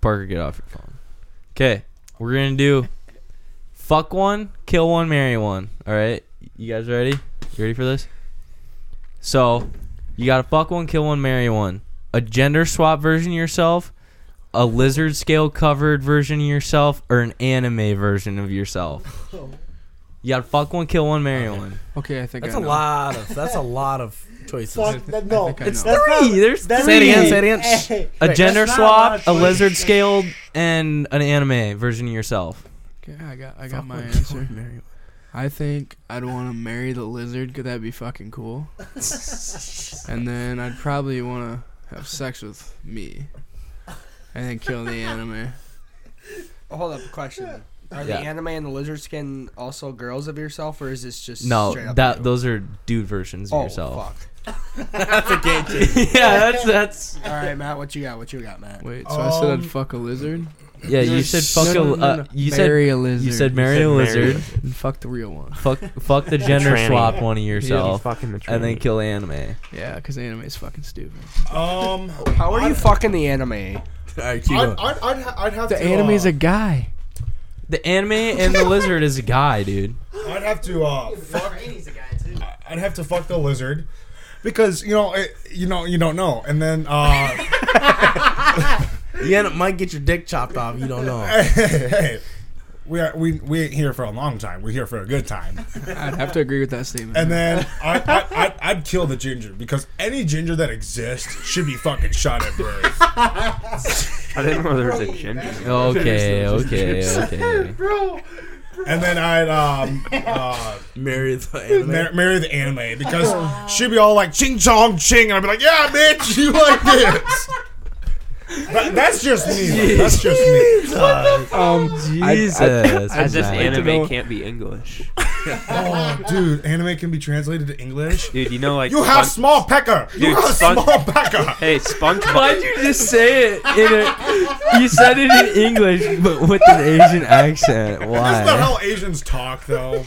[SPEAKER 3] Parker, get off your phone. Okay, we're gonna do fuck one, kill one, marry one. All right, you guys ready? You ready for this? So, you gotta fuck one, kill one, marry one. A gender swap version of yourself, a lizard scale covered version of yourself, or an anime version of yourself. You gotta fuck one, kill one, marry one.
[SPEAKER 4] Okay, I think
[SPEAKER 1] That's
[SPEAKER 4] I
[SPEAKER 1] a
[SPEAKER 4] know.
[SPEAKER 1] lot of that's a lot of choices.
[SPEAKER 9] Fuck that, no.
[SPEAKER 4] think I
[SPEAKER 9] it's
[SPEAKER 4] know.
[SPEAKER 9] that's not-
[SPEAKER 3] Three, there's
[SPEAKER 9] that's
[SPEAKER 3] three. Say it again, say it
[SPEAKER 1] again.
[SPEAKER 9] Hey,
[SPEAKER 3] A
[SPEAKER 1] Right.
[SPEAKER 3] gender
[SPEAKER 9] That's not a lot
[SPEAKER 3] swap,
[SPEAKER 9] of
[SPEAKER 3] a
[SPEAKER 9] choices.
[SPEAKER 3] lizard scaled, and an anime version of yourself.
[SPEAKER 4] Okay, I got I got my answer. I think I'd want to marry the lizard because that'd be fucking cool. and then I'd probably want to have sex with me, and then kill the anime.
[SPEAKER 6] Hold up, question. Are
[SPEAKER 3] Yeah.
[SPEAKER 6] the anime and the lizard skin also girls of yourself, or is this just
[SPEAKER 3] No,
[SPEAKER 6] straight up
[SPEAKER 3] that
[SPEAKER 6] you?
[SPEAKER 3] those are dude versions of
[SPEAKER 6] oh,
[SPEAKER 3] yourself.
[SPEAKER 6] Fuck.
[SPEAKER 3] yeah, that's that's.
[SPEAKER 6] All right, Matt, what you got? What you got, Matt?
[SPEAKER 4] Wait, so I said
[SPEAKER 5] Um,
[SPEAKER 4] I'd fuck a lizard.
[SPEAKER 3] Yeah, you, said fuck
[SPEAKER 4] No,
[SPEAKER 3] a.
[SPEAKER 4] no, no,
[SPEAKER 3] uh,
[SPEAKER 4] no.
[SPEAKER 3] You
[SPEAKER 4] marry a lizard.
[SPEAKER 3] said you said marry
[SPEAKER 8] said
[SPEAKER 3] a
[SPEAKER 8] marry a
[SPEAKER 3] lizard.
[SPEAKER 4] and fuck the real one.
[SPEAKER 3] fuck fuck the gender
[SPEAKER 8] tranny.
[SPEAKER 3] swap one of
[SPEAKER 8] He's
[SPEAKER 3] yourself,
[SPEAKER 8] fucking the
[SPEAKER 3] and then
[SPEAKER 8] tranny.
[SPEAKER 3] kill anime.
[SPEAKER 4] Yeah, because anime is fucking stupid.
[SPEAKER 5] Um,
[SPEAKER 6] How are you fucking the anime?
[SPEAKER 1] All right, keep
[SPEAKER 5] I'd,
[SPEAKER 1] going.
[SPEAKER 5] I'd, I'd, ha- I'd have
[SPEAKER 4] The
[SPEAKER 5] to.
[SPEAKER 4] anime's
[SPEAKER 5] uh,
[SPEAKER 4] a guy.
[SPEAKER 3] The anime and the lizard is a guy, dude.
[SPEAKER 5] I'd have to. Uh, fuck,
[SPEAKER 9] He's a guy too.
[SPEAKER 5] I'd have to fuck the lizard, because you know, it, you know, you don't know. And then, uh,
[SPEAKER 1] You end up, might get your dick chopped off. You don't know.
[SPEAKER 5] hey, hey, hey, we are we we ain't here for a long time. We're here for a good time.
[SPEAKER 4] I'd have to agree with that statement.
[SPEAKER 5] And then I, I, I I'd kill the ginger because any ginger that exists should be fucking shot at birth.
[SPEAKER 8] I didn't know there was a gender.
[SPEAKER 3] Okay, okay, okay.
[SPEAKER 5] And then I'd um uh,
[SPEAKER 1] Marry the anime.
[SPEAKER 5] mar- marry the anime because she'd be all like ching chong ching, and I'd be like, yeah, bitch, you like this. But that's just me. though. That's just me.
[SPEAKER 6] Oh,
[SPEAKER 4] um,
[SPEAKER 3] Jesus,
[SPEAKER 8] As if
[SPEAKER 3] man.
[SPEAKER 8] anime can't be English,
[SPEAKER 5] Oh, dude, anime can be translated to English.
[SPEAKER 8] dude. You know, like
[SPEAKER 5] You have
[SPEAKER 8] Spon-
[SPEAKER 5] small pecker. You
[SPEAKER 8] Dude,
[SPEAKER 5] have
[SPEAKER 8] Spon-
[SPEAKER 5] small pecker.
[SPEAKER 8] Hey, SpongeBob.
[SPEAKER 3] Why'd you just say it in a? You said it in English, but with an Asian accent.
[SPEAKER 5] That's not
[SPEAKER 3] Why?
[SPEAKER 5] how Asians talk, though.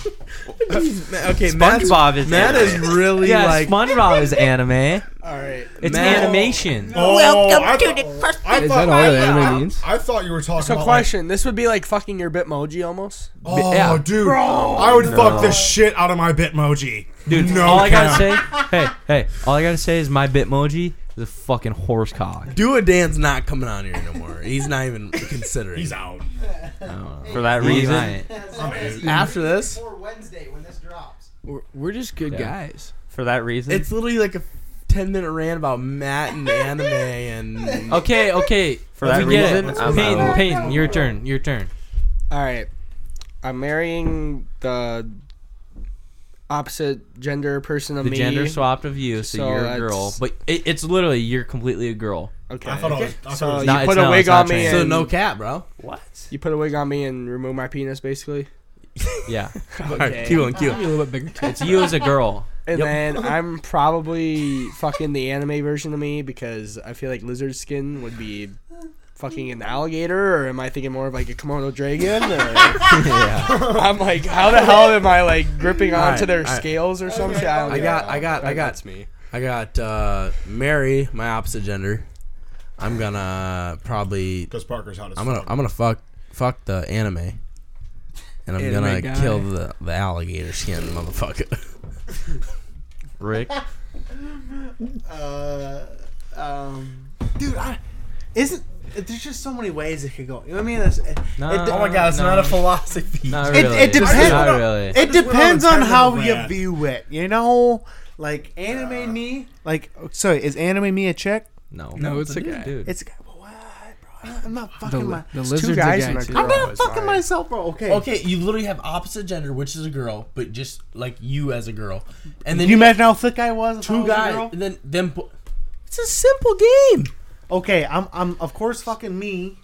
[SPEAKER 1] Okay, Matt's-
[SPEAKER 8] SpongeBob is
[SPEAKER 1] Matt
[SPEAKER 8] anime.
[SPEAKER 1] is really
[SPEAKER 3] Yeah,
[SPEAKER 1] like
[SPEAKER 3] SpongeBob is anime.
[SPEAKER 6] All right.
[SPEAKER 3] It's
[SPEAKER 1] Matt-
[SPEAKER 3] animation.
[SPEAKER 5] Oh, Welcome to the first. I
[SPEAKER 4] is
[SPEAKER 5] thought,
[SPEAKER 4] that all
[SPEAKER 5] I,
[SPEAKER 4] that anime
[SPEAKER 5] I-
[SPEAKER 4] means?
[SPEAKER 5] I thought you were talking
[SPEAKER 6] So,
[SPEAKER 5] about. like,
[SPEAKER 6] question. This would be like fucking your Bitmoji almost.
[SPEAKER 5] oh,
[SPEAKER 3] yeah.
[SPEAKER 5] dude, I would fuck the shit out of my Bitmoji.
[SPEAKER 3] Dude,
[SPEAKER 5] no
[SPEAKER 3] all I gotta
[SPEAKER 5] cap.
[SPEAKER 3] say, hey, hey, all I gotta say is my Bitmoji is a fucking horse cock.
[SPEAKER 1] Do a Dan's not coming on here no more. He's not even considering.
[SPEAKER 5] He's out.
[SPEAKER 8] for that
[SPEAKER 3] He
[SPEAKER 8] reason.
[SPEAKER 3] ain't.
[SPEAKER 5] I'm out.
[SPEAKER 1] After this,
[SPEAKER 9] Or Wednesday when this drops.
[SPEAKER 4] we're, we're just good
[SPEAKER 3] Yeah.
[SPEAKER 4] guys.
[SPEAKER 8] For that reason.
[SPEAKER 1] it's literally like a ten minute rant about Matt and anime and.
[SPEAKER 3] Okay, okay.
[SPEAKER 8] For that
[SPEAKER 3] we get
[SPEAKER 8] reason,
[SPEAKER 3] it.
[SPEAKER 8] I'm
[SPEAKER 3] Peyton,
[SPEAKER 8] out.
[SPEAKER 3] Peyton, your turn, your turn.
[SPEAKER 6] All right. I'm marrying the opposite gender person of
[SPEAKER 3] The
[SPEAKER 6] me.
[SPEAKER 3] gender swapped of you, so,
[SPEAKER 6] So
[SPEAKER 3] you're a girl.
[SPEAKER 6] it's-
[SPEAKER 3] But it, it's literally you're completely a girl.
[SPEAKER 6] Okay.
[SPEAKER 5] I thought I was. I thought
[SPEAKER 6] so
[SPEAKER 5] I
[SPEAKER 6] Uh, you
[SPEAKER 5] was
[SPEAKER 3] No, it's
[SPEAKER 6] put a
[SPEAKER 3] not-
[SPEAKER 6] wig
[SPEAKER 3] it's not
[SPEAKER 6] on me.
[SPEAKER 3] trans.
[SPEAKER 6] And
[SPEAKER 1] So no cap, bro.
[SPEAKER 8] what?
[SPEAKER 6] You put a wig on me and remove my penis, basically.
[SPEAKER 3] Yeah,
[SPEAKER 1] All right, Q on
[SPEAKER 4] Give me
[SPEAKER 1] Q.
[SPEAKER 4] a little bit bigger.
[SPEAKER 3] it's you as a girl.
[SPEAKER 6] And
[SPEAKER 3] Yep.
[SPEAKER 6] then I'm probably fucking the anime version of me because I feel like lizard skin would be fucking an alligator, or am I thinking more of like a Komodo dragon? Or
[SPEAKER 3] yeah.
[SPEAKER 6] I'm like, how the hell am I like gripping
[SPEAKER 1] All
[SPEAKER 6] onto
[SPEAKER 1] right,
[SPEAKER 6] their
[SPEAKER 1] all right.
[SPEAKER 6] scales or some shit? I, don't
[SPEAKER 1] I
[SPEAKER 6] get
[SPEAKER 1] got-
[SPEAKER 6] it.
[SPEAKER 1] I got- I
[SPEAKER 6] Alright,
[SPEAKER 1] got-
[SPEAKER 6] That's me.
[SPEAKER 1] I got uh, Mary, my opposite gender. I'm gonna probably.
[SPEAKER 5] Because Parker's hot as
[SPEAKER 1] I'm gonna.
[SPEAKER 5] fuck.
[SPEAKER 1] I'm gonna fuck. Fuck the anime. And I'm
[SPEAKER 4] Anime
[SPEAKER 1] gonna
[SPEAKER 4] guy.
[SPEAKER 1] kill the, the alligator skin motherfucker.
[SPEAKER 3] Rick,
[SPEAKER 9] Uh, um, dude, I, isn't there's just so many ways it could go. You know what I mean? It's, it,
[SPEAKER 3] No,
[SPEAKER 9] it,
[SPEAKER 3] Oh my God, it's no. not a
[SPEAKER 9] philosophy.
[SPEAKER 3] not
[SPEAKER 9] It-
[SPEAKER 3] really.
[SPEAKER 9] it depends-
[SPEAKER 3] Not really.
[SPEAKER 9] It
[SPEAKER 5] just went on a
[SPEAKER 9] depends on
[SPEAKER 5] tangent
[SPEAKER 9] how
[SPEAKER 5] of
[SPEAKER 9] you
[SPEAKER 5] rant.
[SPEAKER 9] view it. You know, like anime me. Like, oh, sorry, is anime me a chick?
[SPEAKER 3] no,
[SPEAKER 4] No, it's a guy.
[SPEAKER 3] dude.
[SPEAKER 9] It's a guy. Well, what, bro? I'm not
[SPEAKER 4] The,
[SPEAKER 9] fucking
[SPEAKER 4] li-
[SPEAKER 9] my.
[SPEAKER 4] the
[SPEAKER 6] It's two
[SPEAKER 4] lizard's
[SPEAKER 6] guys
[SPEAKER 4] a
[SPEAKER 6] and
[SPEAKER 4] guy
[SPEAKER 6] a
[SPEAKER 4] too.
[SPEAKER 6] girl.
[SPEAKER 9] I'm not
[SPEAKER 6] is
[SPEAKER 9] fucking
[SPEAKER 6] mine.
[SPEAKER 9] myself, bro. Okay.
[SPEAKER 1] Okay, you literally have opposite gender, which is a girl, but just like you as a girl, and then
[SPEAKER 9] you imagine how thick I was? if I
[SPEAKER 1] two
[SPEAKER 9] was a
[SPEAKER 1] guys,
[SPEAKER 9] girl?
[SPEAKER 1] and then them. bo- It's a simple game.
[SPEAKER 9] Okay, I'm I'm of course fucking me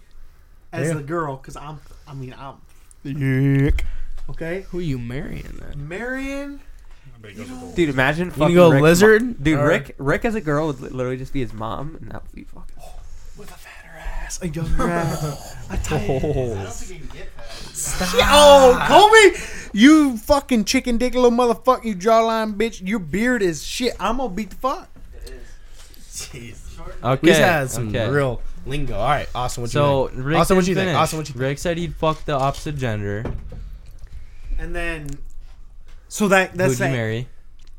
[SPEAKER 9] as
[SPEAKER 5] Yeah.
[SPEAKER 9] the girl because I'm I mean I'm. Yuck. Okay,
[SPEAKER 4] Who you marrying then?
[SPEAKER 9] Marion. You know,
[SPEAKER 8] Dude, imagine
[SPEAKER 4] You
[SPEAKER 8] fucking
[SPEAKER 4] can go
[SPEAKER 8] Rick's mo-
[SPEAKER 4] lizard.
[SPEAKER 8] Dude,
[SPEAKER 4] or-
[SPEAKER 8] Rick, Rick as a girl would li- literally just be his mom, and that would be fucking.
[SPEAKER 9] a young rat. I tell you.
[SPEAKER 2] Oh,
[SPEAKER 9] Homie, you fucking chicken dick little motherfucker, you jawline bitch. Your beard is shit. I'm gonna beat the fuck.
[SPEAKER 3] Okay.
[SPEAKER 1] We just had some
[SPEAKER 3] okay.
[SPEAKER 1] real lingo. All right, Austin, what you
[SPEAKER 3] so
[SPEAKER 1] think?
[SPEAKER 3] Rick
[SPEAKER 1] Austin, what
[SPEAKER 3] didn't
[SPEAKER 1] you think?
[SPEAKER 3] finish.
[SPEAKER 1] Austin, what you think?
[SPEAKER 3] Rick said he'd fuck the opposite gender.
[SPEAKER 2] and then
[SPEAKER 9] So that
[SPEAKER 3] Who'd
[SPEAKER 9] that's
[SPEAKER 3] you
[SPEAKER 9] that.
[SPEAKER 3] marry?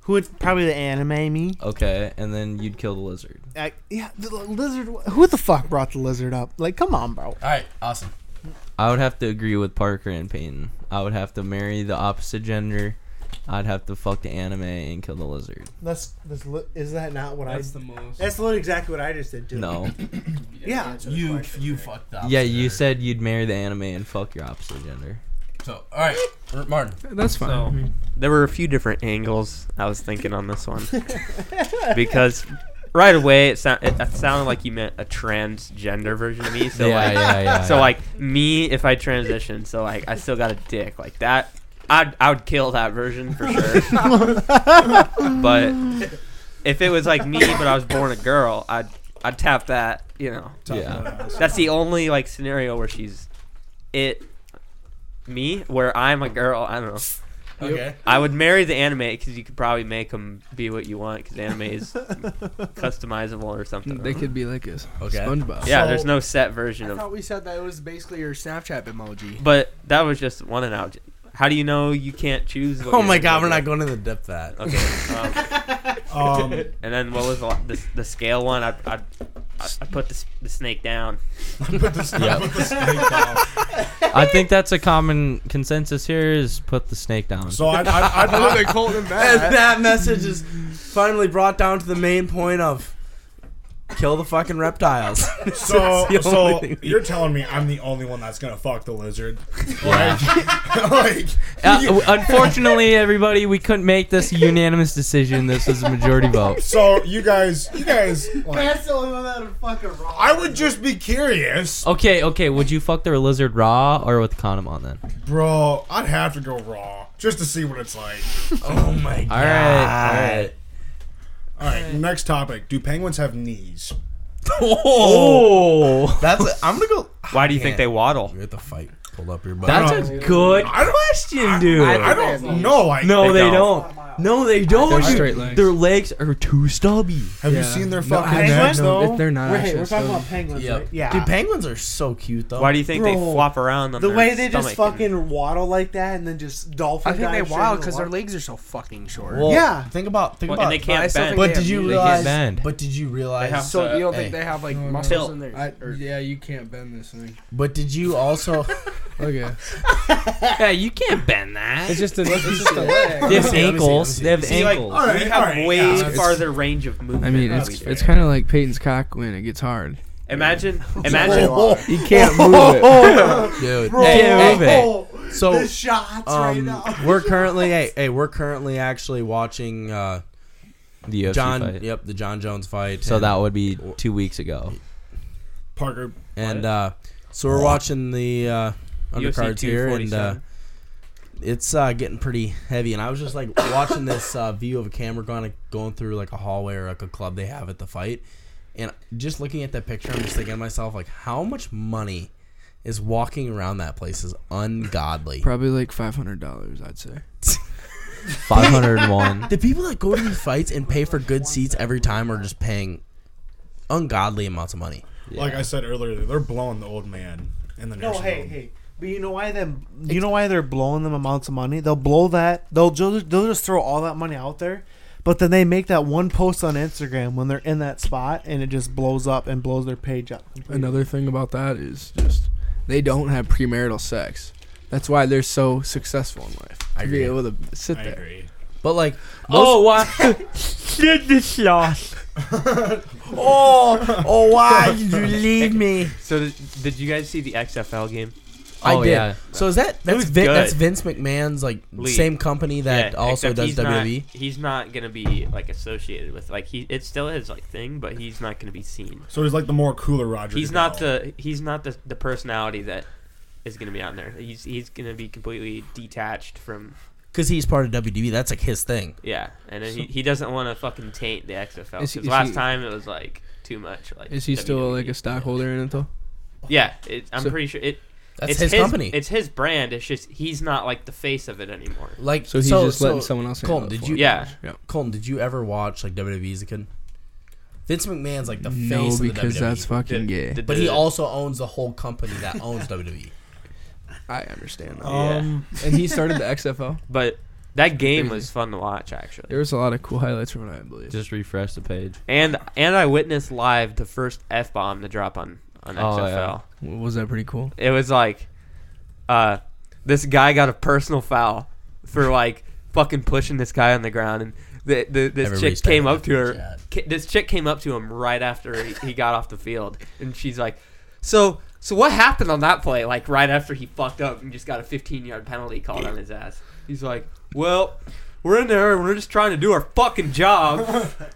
[SPEAKER 9] Who would probably the anime me?
[SPEAKER 3] Okay, and then you'd kill the lizard.
[SPEAKER 9] I, yeah, the li- lizard. Who the fuck brought the lizard up? Like, come on, bro.
[SPEAKER 1] All right, Austin.
[SPEAKER 3] I would have to agree with Parker and Peyton. I would have to marry the opposite gender. I'd have to fuck the anime and kill the lizard.
[SPEAKER 2] that's, that's li- is that not what I?
[SPEAKER 4] the most.
[SPEAKER 2] That's literally exactly what I just did. Dude.
[SPEAKER 3] No.
[SPEAKER 2] Yeah.
[SPEAKER 1] You you fucked up.
[SPEAKER 3] yeah, you said you'd marry the anime and fuck your opposite gender.
[SPEAKER 1] so. All right, R- Martin.
[SPEAKER 4] That's fine. I mean,
[SPEAKER 8] There were a few different angles I was thinking on this one because right away it, sound, it, it sounded like you meant a transgender version of me. So
[SPEAKER 3] yeah,
[SPEAKER 8] like,
[SPEAKER 3] yeah, yeah.
[SPEAKER 8] so
[SPEAKER 3] yeah.
[SPEAKER 8] like me if I transition, so like I still got a dick like that. I'd I would kill that version for sure. but if it was like me, but I was born a girl, I'd I'd tap that. You know,
[SPEAKER 3] yeah.
[SPEAKER 8] that's the only like scenario where she's it me where I'm a girl. I don't know.
[SPEAKER 1] Okay.
[SPEAKER 8] I would marry the anime because you could probably make them be what you want because anime is customizable or something.
[SPEAKER 4] They could be like a s-
[SPEAKER 1] Okay.
[SPEAKER 4] SpongeBob.
[SPEAKER 8] yeah,
[SPEAKER 6] So-
[SPEAKER 8] there's no set version
[SPEAKER 6] I
[SPEAKER 8] of.
[SPEAKER 6] thought we said that it was basically your Snapchat emoji.
[SPEAKER 8] But that was just one analogy. How do you know you can't choose? What
[SPEAKER 1] Oh
[SPEAKER 8] you're
[SPEAKER 1] my
[SPEAKER 8] gonna
[SPEAKER 1] God, we're not
[SPEAKER 8] do?
[SPEAKER 1] going to the depth of that.
[SPEAKER 8] Okay. Um,
[SPEAKER 5] Um,
[SPEAKER 8] and then what was the, the, the scale one? I I, I, I put the, s- the snake down.
[SPEAKER 3] I think that's a common consensus here is put the snake down.
[SPEAKER 5] so I, I, I'd,
[SPEAKER 6] I've been holding
[SPEAKER 1] And
[SPEAKER 6] back.
[SPEAKER 1] that message is finally brought down to the main point of kill the fucking reptiles.
[SPEAKER 5] So,
[SPEAKER 1] It's the only
[SPEAKER 5] so
[SPEAKER 1] thing we-
[SPEAKER 5] you're telling me I'm the only one that's gonna fuck the lizard? Like, like
[SPEAKER 3] Uh, unfortunately, everybody, we couldn't make this a unanimous decision. This was a majority vote.
[SPEAKER 5] so you guys, you guys, like,
[SPEAKER 9] That's the only one that would fucking rock.
[SPEAKER 5] I would just be curious,
[SPEAKER 3] Okay, okay. Would you fuck the lizard raw or with condom on then?
[SPEAKER 5] bro. I'd have to go raw just to see what it's like.
[SPEAKER 1] oh my
[SPEAKER 3] All right, all right.
[SPEAKER 5] All right, next topic. Do penguins have knees?
[SPEAKER 1] Oh, that's. A, I'm gonna go.
[SPEAKER 8] Why do you think they waddle?
[SPEAKER 1] You're at the fight. Pull up your butt.
[SPEAKER 3] That's a good question, dude.
[SPEAKER 5] I don't know. Like,
[SPEAKER 3] no,
[SPEAKER 8] They
[SPEAKER 3] they
[SPEAKER 8] don't.
[SPEAKER 3] don't. No, they don't.
[SPEAKER 4] They're straight legs.
[SPEAKER 3] Their legs are too stubby.
[SPEAKER 5] have you
[SPEAKER 4] Yeah.
[SPEAKER 5] seen their
[SPEAKER 4] No,
[SPEAKER 5] fucking
[SPEAKER 4] I-
[SPEAKER 5] necks?
[SPEAKER 4] no,
[SPEAKER 2] though.
[SPEAKER 4] if they're not.
[SPEAKER 2] Wait,
[SPEAKER 4] actually
[SPEAKER 2] we're talking
[SPEAKER 4] still-
[SPEAKER 2] about penguins,
[SPEAKER 1] Yep.
[SPEAKER 2] right? Yeah.
[SPEAKER 1] Dude, penguins are so cute though.
[SPEAKER 8] Why do you think they
[SPEAKER 9] Bro.
[SPEAKER 8] flop around on
[SPEAKER 9] the
[SPEAKER 8] their
[SPEAKER 9] way they just
[SPEAKER 8] stomach
[SPEAKER 9] fucking
[SPEAKER 8] and-
[SPEAKER 9] waddle like that and then just dolphin.
[SPEAKER 6] I think they
[SPEAKER 9] dive straight
[SPEAKER 6] wild
[SPEAKER 9] into the
[SPEAKER 6] because their
[SPEAKER 9] water.
[SPEAKER 6] legs are so fucking short.
[SPEAKER 1] Well,
[SPEAKER 9] Yeah.
[SPEAKER 1] Think about. Think
[SPEAKER 8] Well,
[SPEAKER 1] about.
[SPEAKER 8] and they can't
[SPEAKER 6] still
[SPEAKER 8] bend.
[SPEAKER 6] think
[SPEAKER 1] but did you
[SPEAKER 3] They
[SPEAKER 1] realize?
[SPEAKER 3] can't bend.
[SPEAKER 1] But did you realize?
[SPEAKER 8] have
[SPEAKER 6] so you don't
[SPEAKER 1] Hey.
[SPEAKER 6] think they have like
[SPEAKER 4] No, no.
[SPEAKER 6] muscles in there?
[SPEAKER 4] I,
[SPEAKER 6] or-
[SPEAKER 4] yeah, you can't bend this thing.
[SPEAKER 1] But did you also?
[SPEAKER 4] Okay.
[SPEAKER 3] Yeah, you can't bend that.
[SPEAKER 4] It's just a, it's just a leg.
[SPEAKER 3] They
[SPEAKER 1] Let me
[SPEAKER 3] have
[SPEAKER 1] see, let me see, let me
[SPEAKER 3] ankles.
[SPEAKER 1] see.
[SPEAKER 3] They have
[SPEAKER 8] See, like,
[SPEAKER 3] ankles.
[SPEAKER 5] All right,
[SPEAKER 8] we have
[SPEAKER 5] all right,
[SPEAKER 8] way
[SPEAKER 5] yeah.
[SPEAKER 8] farther range of movement.
[SPEAKER 4] I mean,
[SPEAKER 8] than
[SPEAKER 4] it's
[SPEAKER 8] we do.
[SPEAKER 4] it's kind of like Peyton's cock when it gets hard.
[SPEAKER 8] imagine, imagine,
[SPEAKER 4] You can't move it.
[SPEAKER 1] Dude,
[SPEAKER 3] Can't move it.
[SPEAKER 9] Oh,
[SPEAKER 1] so
[SPEAKER 9] the shots right
[SPEAKER 1] um,
[SPEAKER 9] now.
[SPEAKER 1] we're currently hey, hey we're currently actually watching uh,
[SPEAKER 3] The UFC
[SPEAKER 1] John.
[SPEAKER 3] fight.
[SPEAKER 1] Yep, the John Jones fight.
[SPEAKER 3] So
[SPEAKER 1] and-
[SPEAKER 3] that would be two weeks ago.
[SPEAKER 5] Parker.
[SPEAKER 1] and uh, so we're watching the uh,
[SPEAKER 8] UFC
[SPEAKER 1] undercards here, and uh,
[SPEAKER 8] 247.
[SPEAKER 1] it's uh, getting pretty heavy. And I was just like watching this uh, view of a camera going going through like a hallway or like a club they have at the fight, and just looking at that picture, I'm just thinking to myself like, how much money is walking around that place is ungodly.
[SPEAKER 4] Probably like five hundred dollars, I'd say.
[SPEAKER 3] Five hundred one.
[SPEAKER 1] The people that go to these fights and pay for good seats every time are just paying ungodly amounts of money.
[SPEAKER 5] Like I said earlier, they're blowing the old man in the
[SPEAKER 9] No,
[SPEAKER 5] nursing
[SPEAKER 9] hey,
[SPEAKER 5] home.
[SPEAKER 9] hey. But you know why them? You know why they're blowing them amounts of money? They'll blow that. They'll just they'll just throw all that money out there, but then they make that one post on Instagram when they're in that spot, and it just blows up and blows their page up.
[SPEAKER 4] Another thing about that is just they don't have premarital sex. That's why they're so successful in life. I
[SPEAKER 1] agree.
[SPEAKER 4] Be able to sit
[SPEAKER 5] I
[SPEAKER 4] there.
[SPEAKER 5] agree.
[SPEAKER 1] But like,
[SPEAKER 3] Oh, wow.
[SPEAKER 1] oh, oh, why did you leave me?
[SPEAKER 8] So did, did you guys see the XFL game?
[SPEAKER 1] I
[SPEAKER 3] Oh,
[SPEAKER 1] did.
[SPEAKER 3] yeah.
[SPEAKER 1] So is that that's
[SPEAKER 8] was
[SPEAKER 1] Vin,
[SPEAKER 8] good.
[SPEAKER 1] that's Vince McMahon's like
[SPEAKER 8] League.
[SPEAKER 1] same company that
[SPEAKER 8] Yeah,
[SPEAKER 1] also
[SPEAKER 8] except
[SPEAKER 1] does E?
[SPEAKER 8] he's not-
[SPEAKER 4] E.
[SPEAKER 1] WWE?
[SPEAKER 8] he's not gonna be like associated with like he. It still is like thing, but he's not gonna be seen.
[SPEAKER 5] So he's like the more cooler Roger.
[SPEAKER 8] He's
[SPEAKER 5] Goodell.
[SPEAKER 8] not the he's not the, the personality that is going to be on there. He's he's going to be completely detached from
[SPEAKER 1] because he's part of WDB. That's like his thing.
[SPEAKER 8] yeah, and then he, he doesn't want to fucking taint the XFL
[SPEAKER 4] Is
[SPEAKER 8] because
[SPEAKER 4] he- is
[SPEAKER 8] last
[SPEAKER 4] he-
[SPEAKER 8] time it was like too much. Like
[SPEAKER 4] Is he still
[SPEAKER 8] WWE.
[SPEAKER 4] like a stockholder in it though?
[SPEAKER 8] Yeah, it, I'm
[SPEAKER 4] So-
[SPEAKER 8] pretty sure it.
[SPEAKER 1] That's
[SPEAKER 8] it's
[SPEAKER 1] his, company.
[SPEAKER 8] It's his brand. It's just he's not like the face of it anymore.
[SPEAKER 1] like
[SPEAKER 4] So he's just letting
[SPEAKER 1] so-
[SPEAKER 4] someone else. handle
[SPEAKER 1] Colton, did
[SPEAKER 4] it for
[SPEAKER 1] you-
[SPEAKER 4] him.
[SPEAKER 8] Yeah.
[SPEAKER 4] yeah.
[SPEAKER 1] Colton, did you ever watch like WWE as a kid? Vince McMahon's like the
[SPEAKER 4] No,
[SPEAKER 1] face of
[SPEAKER 4] because
[SPEAKER 1] the E? WWE,
[SPEAKER 4] that's fucking gay.
[SPEAKER 8] The-
[SPEAKER 1] but he
[SPEAKER 8] the-
[SPEAKER 1] also owns the whole company that owns WWE.
[SPEAKER 4] I understand that.
[SPEAKER 8] Yeah.
[SPEAKER 5] Um,
[SPEAKER 4] and he started the XFL.
[SPEAKER 8] But that game
[SPEAKER 4] Crazy.
[SPEAKER 8] was fun to watch actually.
[SPEAKER 4] There was a lot of cool highlights from it, I believe.
[SPEAKER 3] Just refresh the page.
[SPEAKER 8] And and I witnessed live the first F bomb to drop on on
[SPEAKER 3] Oh,
[SPEAKER 8] XFL.
[SPEAKER 4] W- Was that pretty cool?
[SPEAKER 8] It was like uh this guy got a personal foul for like fucking pushing this guy on the ground and the, the, this
[SPEAKER 1] Everybody's
[SPEAKER 8] chick came
[SPEAKER 1] typing
[SPEAKER 8] up to
[SPEAKER 1] in the
[SPEAKER 8] her
[SPEAKER 1] chat.
[SPEAKER 8] ki- this chick came up to him right after he, he got off the field and she's like so so what happened on that play like right after he fucked up and just got a 15 yard penalty called on his ass he's like well we're in there and we're just trying to do our fucking job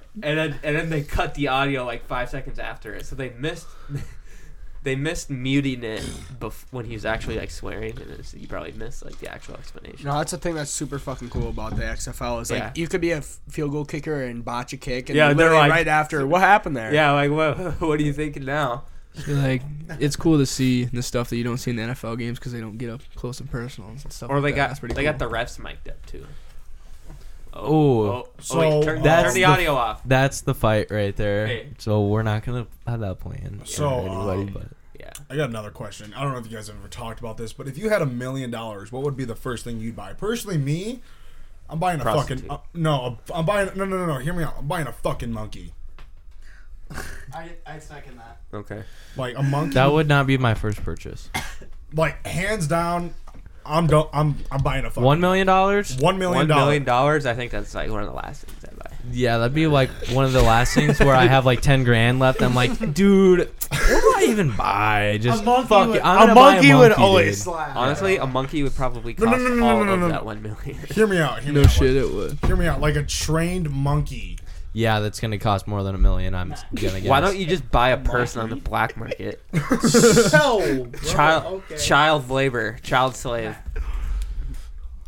[SPEAKER 8] and then and then they cut the audio like five seconds after it so they missed they missed muting it bef- when he was actually like swearing and it's, you probably missed like the actual explanation
[SPEAKER 6] No, that's the thing that's super fucking cool about the XFL is like
[SPEAKER 8] Yeah.
[SPEAKER 6] you could be a f- field goal kicker and botch a kick, and
[SPEAKER 8] Yeah, they're
[SPEAKER 6] literally
[SPEAKER 8] like-
[SPEAKER 6] right after what happened there.
[SPEAKER 8] yeah like what, what are you thinking now
[SPEAKER 4] You're like it's cool to see the stuff that you don't see in the NFL games because they don't get up close and personal and stuff.
[SPEAKER 8] Or
[SPEAKER 4] like
[SPEAKER 8] they
[SPEAKER 4] that.
[SPEAKER 8] got
[SPEAKER 4] That's pretty
[SPEAKER 8] they
[SPEAKER 4] cool.
[SPEAKER 8] got the refs mic'd up too.
[SPEAKER 3] Ooh.
[SPEAKER 8] oh, wait,
[SPEAKER 5] So,
[SPEAKER 8] turn,
[SPEAKER 3] that's
[SPEAKER 8] turn the
[SPEAKER 3] the-
[SPEAKER 8] audio off.
[SPEAKER 3] That's the fight right there.
[SPEAKER 8] Hey.
[SPEAKER 3] So we're not gonna have that plan.
[SPEAKER 5] So,
[SPEAKER 3] for anybody,
[SPEAKER 5] um,
[SPEAKER 3] but
[SPEAKER 8] Yeah.
[SPEAKER 5] I got another question. I don't know if you guys have ever talked about this, but if you had a million dollars, what would be the first thing you'd buy? Personally, me, I'm buying a fucking
[SPEAKER 8] Prostitute.
[SPEAKER 5] uh, no. I'm buying no, no, no, no. Hear me out. I'm buying a fucking monkey,
[SPEAKER 9] I, I second that.
[SPEAKER 8] Okay.
[SPEAKER 5] like a monkey.
[SPEAKER 3] that would not be my first purchase.
[SPEAKER 5] like hands down, I'm do- I'm I'm buying a fucking
[SPEAKER 3] One million dollars?
[SPEAKER 5] one
[SPEAKER 8] One
[SPEAKER 5] million
[SPEAKER 8] million
[SPEAKER 5] dollars.
[SPEAKER 8] dollars. I think that's like one of the last things I buy.
[SPEAKER 3] Yeah, that'd be like one of the last things where I have like ten grand left. I'm like, dude, what do I even buy? Just fuck it. I'm
[SPEAKER 9] a
[SPEAKER 3] gonna buy
[SPEAKER 9] monkey would
[SPEAKER 3] dude.
[SPEAKER 9] always slap.
[SPEAKER 8] Honestly, a monkey would probably
[SPEAKER 5] No,
[SPEAKER 8] cost
[SPEAKER 5] no, no, no,
[SPEAKER 8] all
[SPEAKER 5] no, no,
[SPEAKER 8] of
[SPEAKER 5] no.
[SPEAKER 8] that one million.
[SPEAKER 5] Hear me out. Hear me
[SPEAKER 4] no
[SPEAKER 5] out,
[SPEAKER 4] shit. It would.
[SPEAKER 5] Like, hear me out. Like a trained monkey.
[SPEAKER 3] Yeah, that's gonna cost more than a million. I'm gonna guess.
[SPEAKER 8] Why don't you just buy a person on the black market?
[SPEAKER 9] So,
[SPEAKER 8] Child, child labor, child slave.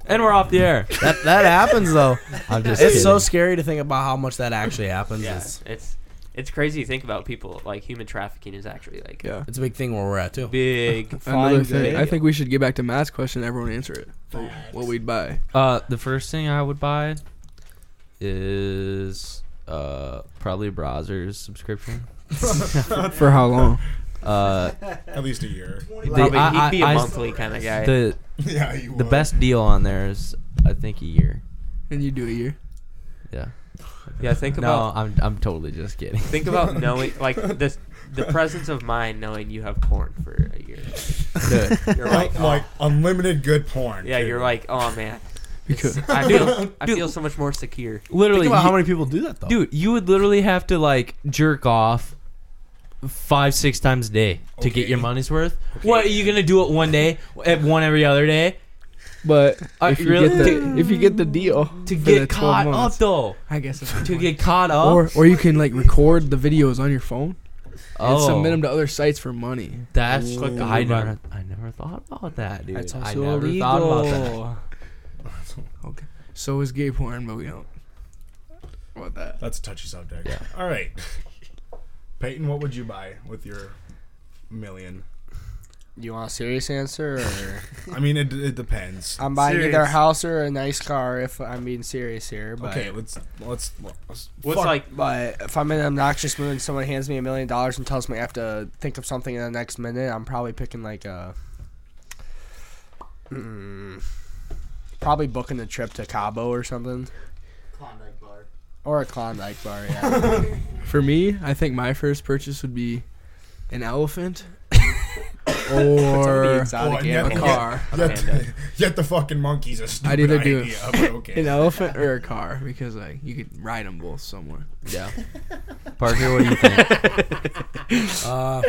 [SPEAKER 3] And we're off the air. That that happens though. I'm just.
[SPEAKER 1] It's so
[SPEAKER 3] kidding.
[SPEAKER 1] scary to think about how much that actually happens. It's,
[SPEAKER 8] It's it's crazy to think about people like human trafficking is actually like
[SPEAKER 4] Yeah.
[SPEAKER 1] it's a big thing where we're at too.
[SPEAKER 8] big.
[SPEAKER 4] Another
[SPEAKER 6] Fine
[SPEAKER 4] thing.
[SPEAKER 6] day.
[SPEAKER 4] I think we should get back to Matt's question. Everyone answer it. Like, what we'd buy.
[SPEAKER 3] Uh, the first thing I would buy is uh probably a browser's subscription.
[SPEAKER 4] For how long?
[SPEAKER 3] Uh,
[SPEAKER 5] At least a year.
[SPEAKER 3] the,
[SPEAKER 8] Probably,
[SPEAKER 3] I-
[SPEAKER 8] he'd be a
[SPEAKER 3] I- I-
[SPEAKER 8] monthly kind of guy.
[SPEAKER 3] the
[SPEAKER 5] yeah, you
[SPEAKER 3] the
[SPEAKER 5] would.
[SPEAKER 3] best deal on there is I think a year.
[SPEAKER 4] And you do a year.
[SPEAKER 3] Yeah.
[SPEAKER 8] yeah, think about
[SPEAKER 3] No, I'm I'm totally just kidding.
[SPEAKER 8] Think about knowing, like this, the presence of mind knowing you have porn for a year.
[SPEAKER 3] Dude,
[SPEAKER 8] You're like, oh.
[SPEAKER 5] like unlimited good porn.
[SPEAKER 8] yeah,
[SPEAKER 5] too.
[SPEAKER 8] you're like, oh man,
[SPEAKER 4] Because
[SPEAKER 8] I feel, I feel so much more secure.
[SPEAKER 3] literally,
[SPEAKER 1] Think about how
[SPEAKER 3] you-
[SPEAKER 1] many people do that though.
[SPEAKER 3] dude, you would literally have to like jerk off five six times a day to get
[SPEAKER 5] Okay.
[SPEAKER 3] your money's worth. What are you gonna do it one day, at one every other day
[SPEAKER 4] But
[SPEAKER 3] I
[SPEAKER 4] if you
[SPEAKER 3] really-
[SPEAKER 4] get the if you get the deal
[SPEAKER 3] to
[SPEAKER 4] for the
[SPEAKER 3] get
[SPEAKER 4] 12
[SPEAKER 3] caught
[SPEAKER 4] months,
[SPEAKER 3] up though?
[SPEAKER 4] I guess that's
[SPEAKER 3] To
[SPEAKER 4] a point.
[SPEAKER 3] get caught up
[SPEAKER 4] or or you can like record the videos on your phone and
[SPEAKER 3] oh,
[SPEAKER 4] submit them to other sites for money.
[SPEAKER 3] That's
[SPEAKER 4] Click the
[SPEAKER 3] I
[SPEAKER 4] blue button.
[SPEAKER 3] never I never thought about that, dude.
[SPEAKER 4] That's
[SPEAKER 3] I
[SPEAKER 4] also
[SPEAKER 3] never thought about that.
[SPEAKER 4] So is gay porn, but we don't. What that?
[SPEAKER 5] That's a touchy subject.
[SPEAKER 3] Yeah.
[SPEAKER 5] All right. Peyton, what would you buy with your million?
[SPEAKER 6] You want a serious answer? Or?
[SPEAKER 5] I mean, it, it depends.
[SPEAKER 6] I'm buying either a
[SPEAKER 2] Serious.
[SPEAKER 6] house or a nice car if I'm being serious here. But,
[SPEAKER 5] Okay, let's let's. let's
[SPEAKER 8] What's
[SPEAKER 5] fuck.
[SPEAKER 8] like,
[SPEAKER 6] But if I'm in an obnoxious mood and someone hands me a million dollars and tells me I have to think of something in the next minute, I'm probably picking like a. Mm, probably booking a trip to Cabo or something.
[SPEAKER 9] Klondike bar.
[SPEAKER 6] Or a Klondike bar, yeah.
[SPEAKER 4] For me, I think my first purchase would be an elephant
[SPEAKER 6] Something
[SPEAKER 4] or
[SPEAKER 6] exotic,
[SPEAKER 5] Or
[SPEAKER 6] yeah.
[SPEAKER 4] a
[SPEAKER 5] nothing.
[SPEAKER 4] car.
[SPEAKER 5] Yet, the, yet the fucking monkeys a stupid
[SPEAKER 4] I'd either do
[SPEAKER 5] idea. but okay.
[SPEAKER 4] An elephant or a car because like you could ride them both somewhere.
[SPEAKER 3] Yeah. Parker, what do you think?
[SPEAKER 1] Uh,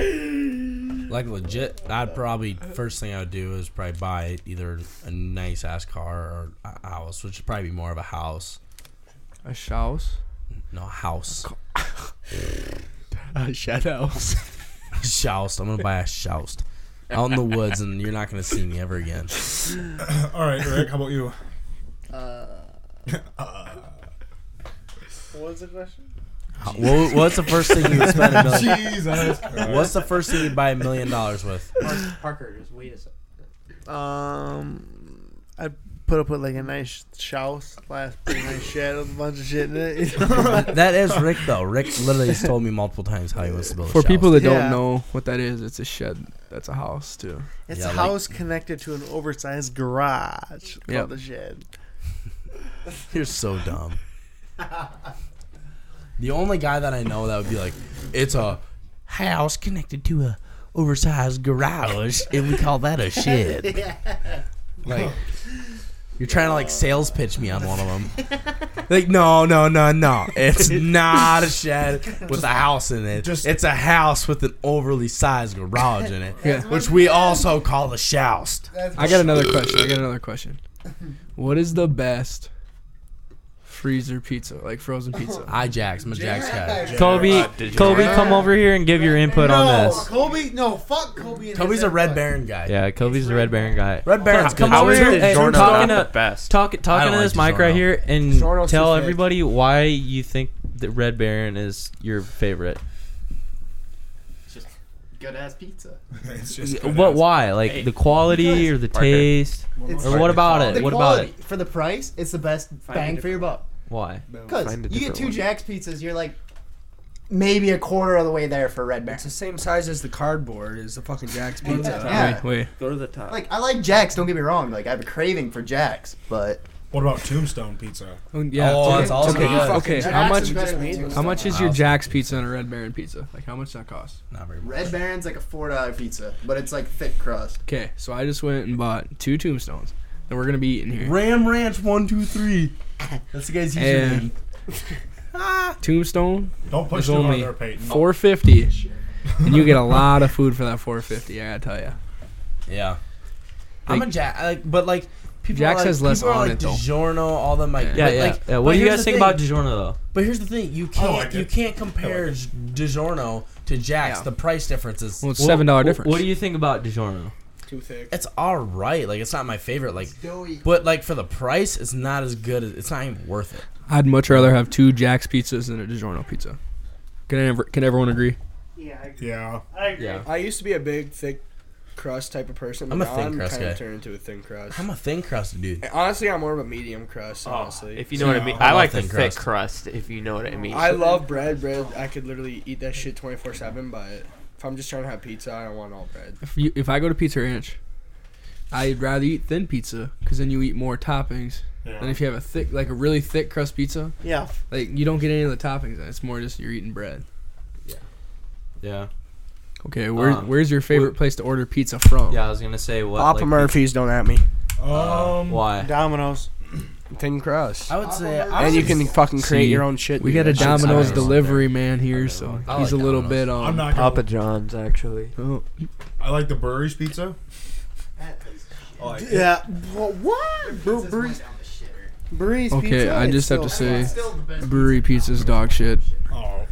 [SPEAKER 1] like legit, I'd probably first thing I would do is probably buy either a nice ass car or a house, which would probably be more of a house.
[SPEAKER 4] A shouse.
[SPEAKER 1] No house,
[SPEAKER 6] Uh, shadows.
[SPEAKER 1] shoust. I'm gonna buy a shoust. out in the woods, and you're not gonna see me ever again.
[SPEAKER 5] All right, Rick. How about you? Uh,
[SPEAKER 9] What was the question?
[SPEAKER 1] How- what, what's the first thing you would spend a million?
[SPEAKER 5] Jesus.
[SPEAKER 1] What's the first thing you buy a million dollars with?
[SPEAKER 8] Parker, just wait a second.
[SPEAKER 9] Um, I put up with like a nice house, last pretty nice shed with a bunch of shit in it. You know?
[SPEAKER 1] That is Rick though. Rick literally has told me multiple times how he wants to build a
[SPEAKER 4] For
[SPEAKER 1] shower.
[SPEAKER 4] people that
[SPEAKER 9] Yeah.
[SPEAKER 4] don't know what that is, it's a shed. That's a house too.
[SPEAKER 9] It's
[SPEAKER 1] Yeah,
[SPEAKER 9] a
[SPEAKER 1] like-
[SPEAKER 9] house connected to an oversized garage called
[SPEAKER 4] Yep.
[SPEAKER 9] the shed.
[SPEAKER 1] You're so dumb. the only guy that I know that would be like, it's a house connected to a oversized garage, and we call that a shed. Like, you're trying to like sales pitch me on one of them. Like, no, no, no, no. It's not a shed with a house in it.
[SPEAKER 5] just-
[SPEAKER 1] it's a house with an overly sized garage in it,
[SPEAKER 4] Yeah.
[SPEAKER 1] which we also call the shoust.
[SPEAKER 4] I got another question. I got another question. What is the best freezer pizza, like frozen pizza?
[SPEAKER 1] I Jax, I'm a Jax guy.
[SPEAKER 3] Kobe, Kobe, come over here and give your input on this.
[SPEAKER 9] Kobe, no, fuck Kobe.
[SPEAKER 1] Toby's a Red Baron guy.
[SPEAKER 3] Yeah, Kobe's the Red Baron guy.
[SPEAKER 1] Red Baron's
[SPEAKER 3] Come
[SPEAKER 1] good.
[SPEAKER 3] over
[SPEAKER 1] Jordan-
[SPEAKER 3] here. Hey,
[SPEAKER 1] Jordan-
[SPEAKER 3] talking to-
[SPEAKER 8] best.
[SPEAKER 3] Talk,
[SPEAKER 1] I
[SPEAKER 3] talking
[SPEAKER 1] don't
[SPEAKER 3] to
[SPEAKER 1] like
[SPEAKER 3] this mic right
[SPEAKER 1] DiGiorno.
[SPEAKER 3] here and
[SPEAKER 6] DiGiorno's
[SPEAKER 3] tell
[SPEAKER 6] too thick.
[SPEAKER 3] everybody why you think the Red Baron is your favorite.
[SPEAKER 10] Good ass pizza.
[SPEAKER 5] It's just
[SPEAKER 3] What? Why? Like the quality or the
[SPEAKER 8] Parker.
[SPEAKER 3] taste? Or what about it? What about it?
[SPEAKER 10] For the price, it's the best bang for your buck.
[SPEAKER 3] Why?
[SPEAKER 10] Because
[SPEAKER 8] Find a
[SPEAKER 10] you get
[SPEAKER 8] different
[SPEAKER 10] two
[SPEAKER 8] one.
[SPEAKER 10] Jack's pizzas, you're like maybe a quarter of the way there for Red Baron.
[SPEAKER 6] It's the same size as the cardboard is the fucking Jack's Pizza.
[SPEAKER 10] Yeah.
[SPEAKER 4] Wait, wait.
[SPEAKER 8] Go to the top.
[SPEAKER 10] Like I like Jack's, don't get me wrong. Like I have a craving for Jack's, but
[SPEAKER 5] What about Tombstone Pizza?
[SPEAKER 4] Oh, yeah.
[SPEAKER 1] Oh,
[SPEAKER 4] okay,
[SPEAKER 1] it's also
[SPEAKER 4] okay,
[SPEAKER 1] good.
[SPEAKER 4] okay. How much? How
[SPEAKER 10] How
[SPEAKER 4] much is your Jack's pizza and a Red Baron pizza? Like how much that cost?
[SPEAKER 1] Not very much.
[SPEAKER 10] Red Baron's like a four dollar pizza, but it's like thick crust.
[SPEAKER 4] Okay, so I just went and bought two tombstones, and we're gonna be eating here.
[SPEAKER 1] Ram Ranch one two three. That's the guy's
[SPEAKER 4] And-
[SPEAKER 1] username.
[SPEAKER 4] Tombstone,
[SPEAKER 5] Don't push
[SPEAKER 4] It's
[SPEAKER 5] too hard
[SPEAKER 4] only
[SPEAKER 5] there, Peyton.
[SPEAKER 4] four fifty, and you get a lot of food for that four fifty. I gotta tell you.
[SPEAKER 1] Yeah. I'm a Jack, I like, but like people.
[SPEAKER 4] Jax
[SPEAKER 1] are, like,
[SPEAKER 4] has less
[SPEAKER 1] people are,
[SPEAKER 4] on
[SPEAKER 1] like,
[SPEAKER 4] it, though.
[SPEAKER 1] DiGiorno, all them like.
[SPEAKER 3] Yeah,
[SPEAKER 1] but,
[SPEAKER 3] yeah,
[SPEAKER 1] like,
[SPEAKER 3] yeah.
[SPEAKER 1] but
[SPEAKER 3] What do you
[SPEAKER 1] here's
[SPEAKER 3] guys
[SPEAKER 1] the
[SPEAKER 3] think
[SPEAKER 1] thing-
[SPEAKER 3] about DiGiorno though?
[SPEAKER 1] But here's the thing: you
[SPEAKER 5] I
[SPEAKER 1] can't
[SPEAKER 5] like
[SPEAKER 1] you
[SPEAKER 5] it.
[SPEAKER 1] can't compare DiGiorno to Jax.
[SPEAKER 4] Yeah.
[SPEAKER 1] The price difference is
[SPEAKER 4] Well, it's seven dollar
[SPEAKER 3] What-
[SPEAKER 4] difference.
[SPEAKER 3] What do you think about DiGiorno?
[SPEAKER 6] Too thick.
[SPEAKER 1] it's all right. Like it's not my favorite. Like, but like for the price, it's not as good. as It's not even worth it.
[SPEAKER 4] I'd much rather have two Jack's pizzas than a DiGiorno pizza. Can ever, can everyone agree?
[SPEAKER 9] Yeah,
[SPEAKER 5] Yeah.
[SPEAKER 9] I agree.
[SPEAKER 3] Yeah.
[SPEAKER 6] I used to be a big thick crust type of person.
[SPEAKER 1] I'm
[SPEAKER 6] but
[SPEAKER 1] a
[SPEAKER 6] now
[SPEAKER 1] thin
[SPEAKER 6] I'm
[SPEAKER 1] crust
[SPEAKER 6] kinda
[SPEAKER 1] guy.
[SPEAKER 6] Turned into a thin crust.
[SPEAKER 1] I'm a thin crust dude.
[SPEAKER 6] And honestly, I'm more of a medium crust. Honestly,
[SPEAKER 8] Oh, if you know what I
[SPEAKER 5] Yeah,
[SPEAKER 8] mean.
[SPEAKER 1] I
[SPEAKER 8] I
[SPEAKER 1] like
[SPEAKER 8] like the
[SPEAKER 1] thin
[SPEAKER 8] thick crust. If you know what I mean.
[SPEAKER 6] I love bread. Bread. I could literally eat that shit 24 seven. But if I'm just trying to have pizza, I don't want all bread.
[SPEAKER 4] If you, if I go to Pizza Ranch, I'd rather eat thin pizza because then you eat more toppings.
[SPEAKER 5] Yeah.
[SPEAKER 4] than if you have a thick, like a really thick crust pizza,
[SPEAKER 9] Yeah.
[SPEAKER 4] like you don't get any of the toppings. It's more just you're eating bread.
[SPEAKER 3] Yeah.
[SPEAKER 4] Okay, where,
[SPEAKER 3] Um,
[SPEAKER 4] where's your favorite place to order pizza from?
[SPEAKER 3] Yeah, I was gonna say what.
[SPEAKER 6] Papa
[SPEAKER 3] like,
[SPEAKER 6] Murphy's, don't at me.
[SPEAKER 5] Um.
[SPEAKER 3] Why?
[SPEAKER 9] Domino's.
[SPEAKER 6] Thin crust.
[SPEAKER 1] I would say. I would
[SPEAKER 6] And you can fucking create
[SPEAKER 4] See,
[SPEAKER 6] your own shit.
[SPEAKER 4] We
[SPEAKER 6] dude.
[SPEAKER 4] got a
[SPEAKER 6] That shit's
[SPEAKER 4] Domino's
[SPEAKER 1] nice.
[SPEAKER 4] delivery man here,
[SPEAKER 1] like
[SPEAKER 4] so
[SPEAKER 1] Domino's. I
[SPEAKER 4] he's a
[SPEAKER 1] like
[SPEAKER 4] little
[SPEAKER 1] Domino's.
[SPEAKER 4] bit on.
[SPEAKER 5] I'm not. Gonna,
[SPEAKER 8] Papa John's actually.
[SPEAKER 4] Oh,
[SPEAKER 5] I like the Burry's Pizza. I like it.
[SPEAKER 9] Yeah. Wha- What? Bre- Breeze. Breeze
[SPEAKER 4] um, Okay,
[SPEAKER 9] pizza.
[SPEAKER 4] I
[SPEAKER 9] it's
[SPEAKER 4] just have to
[SPEAKER 9] still-
[SPEAKER 4] say, brewery pizza's dog shit.
[SPEAKER 5] Oh.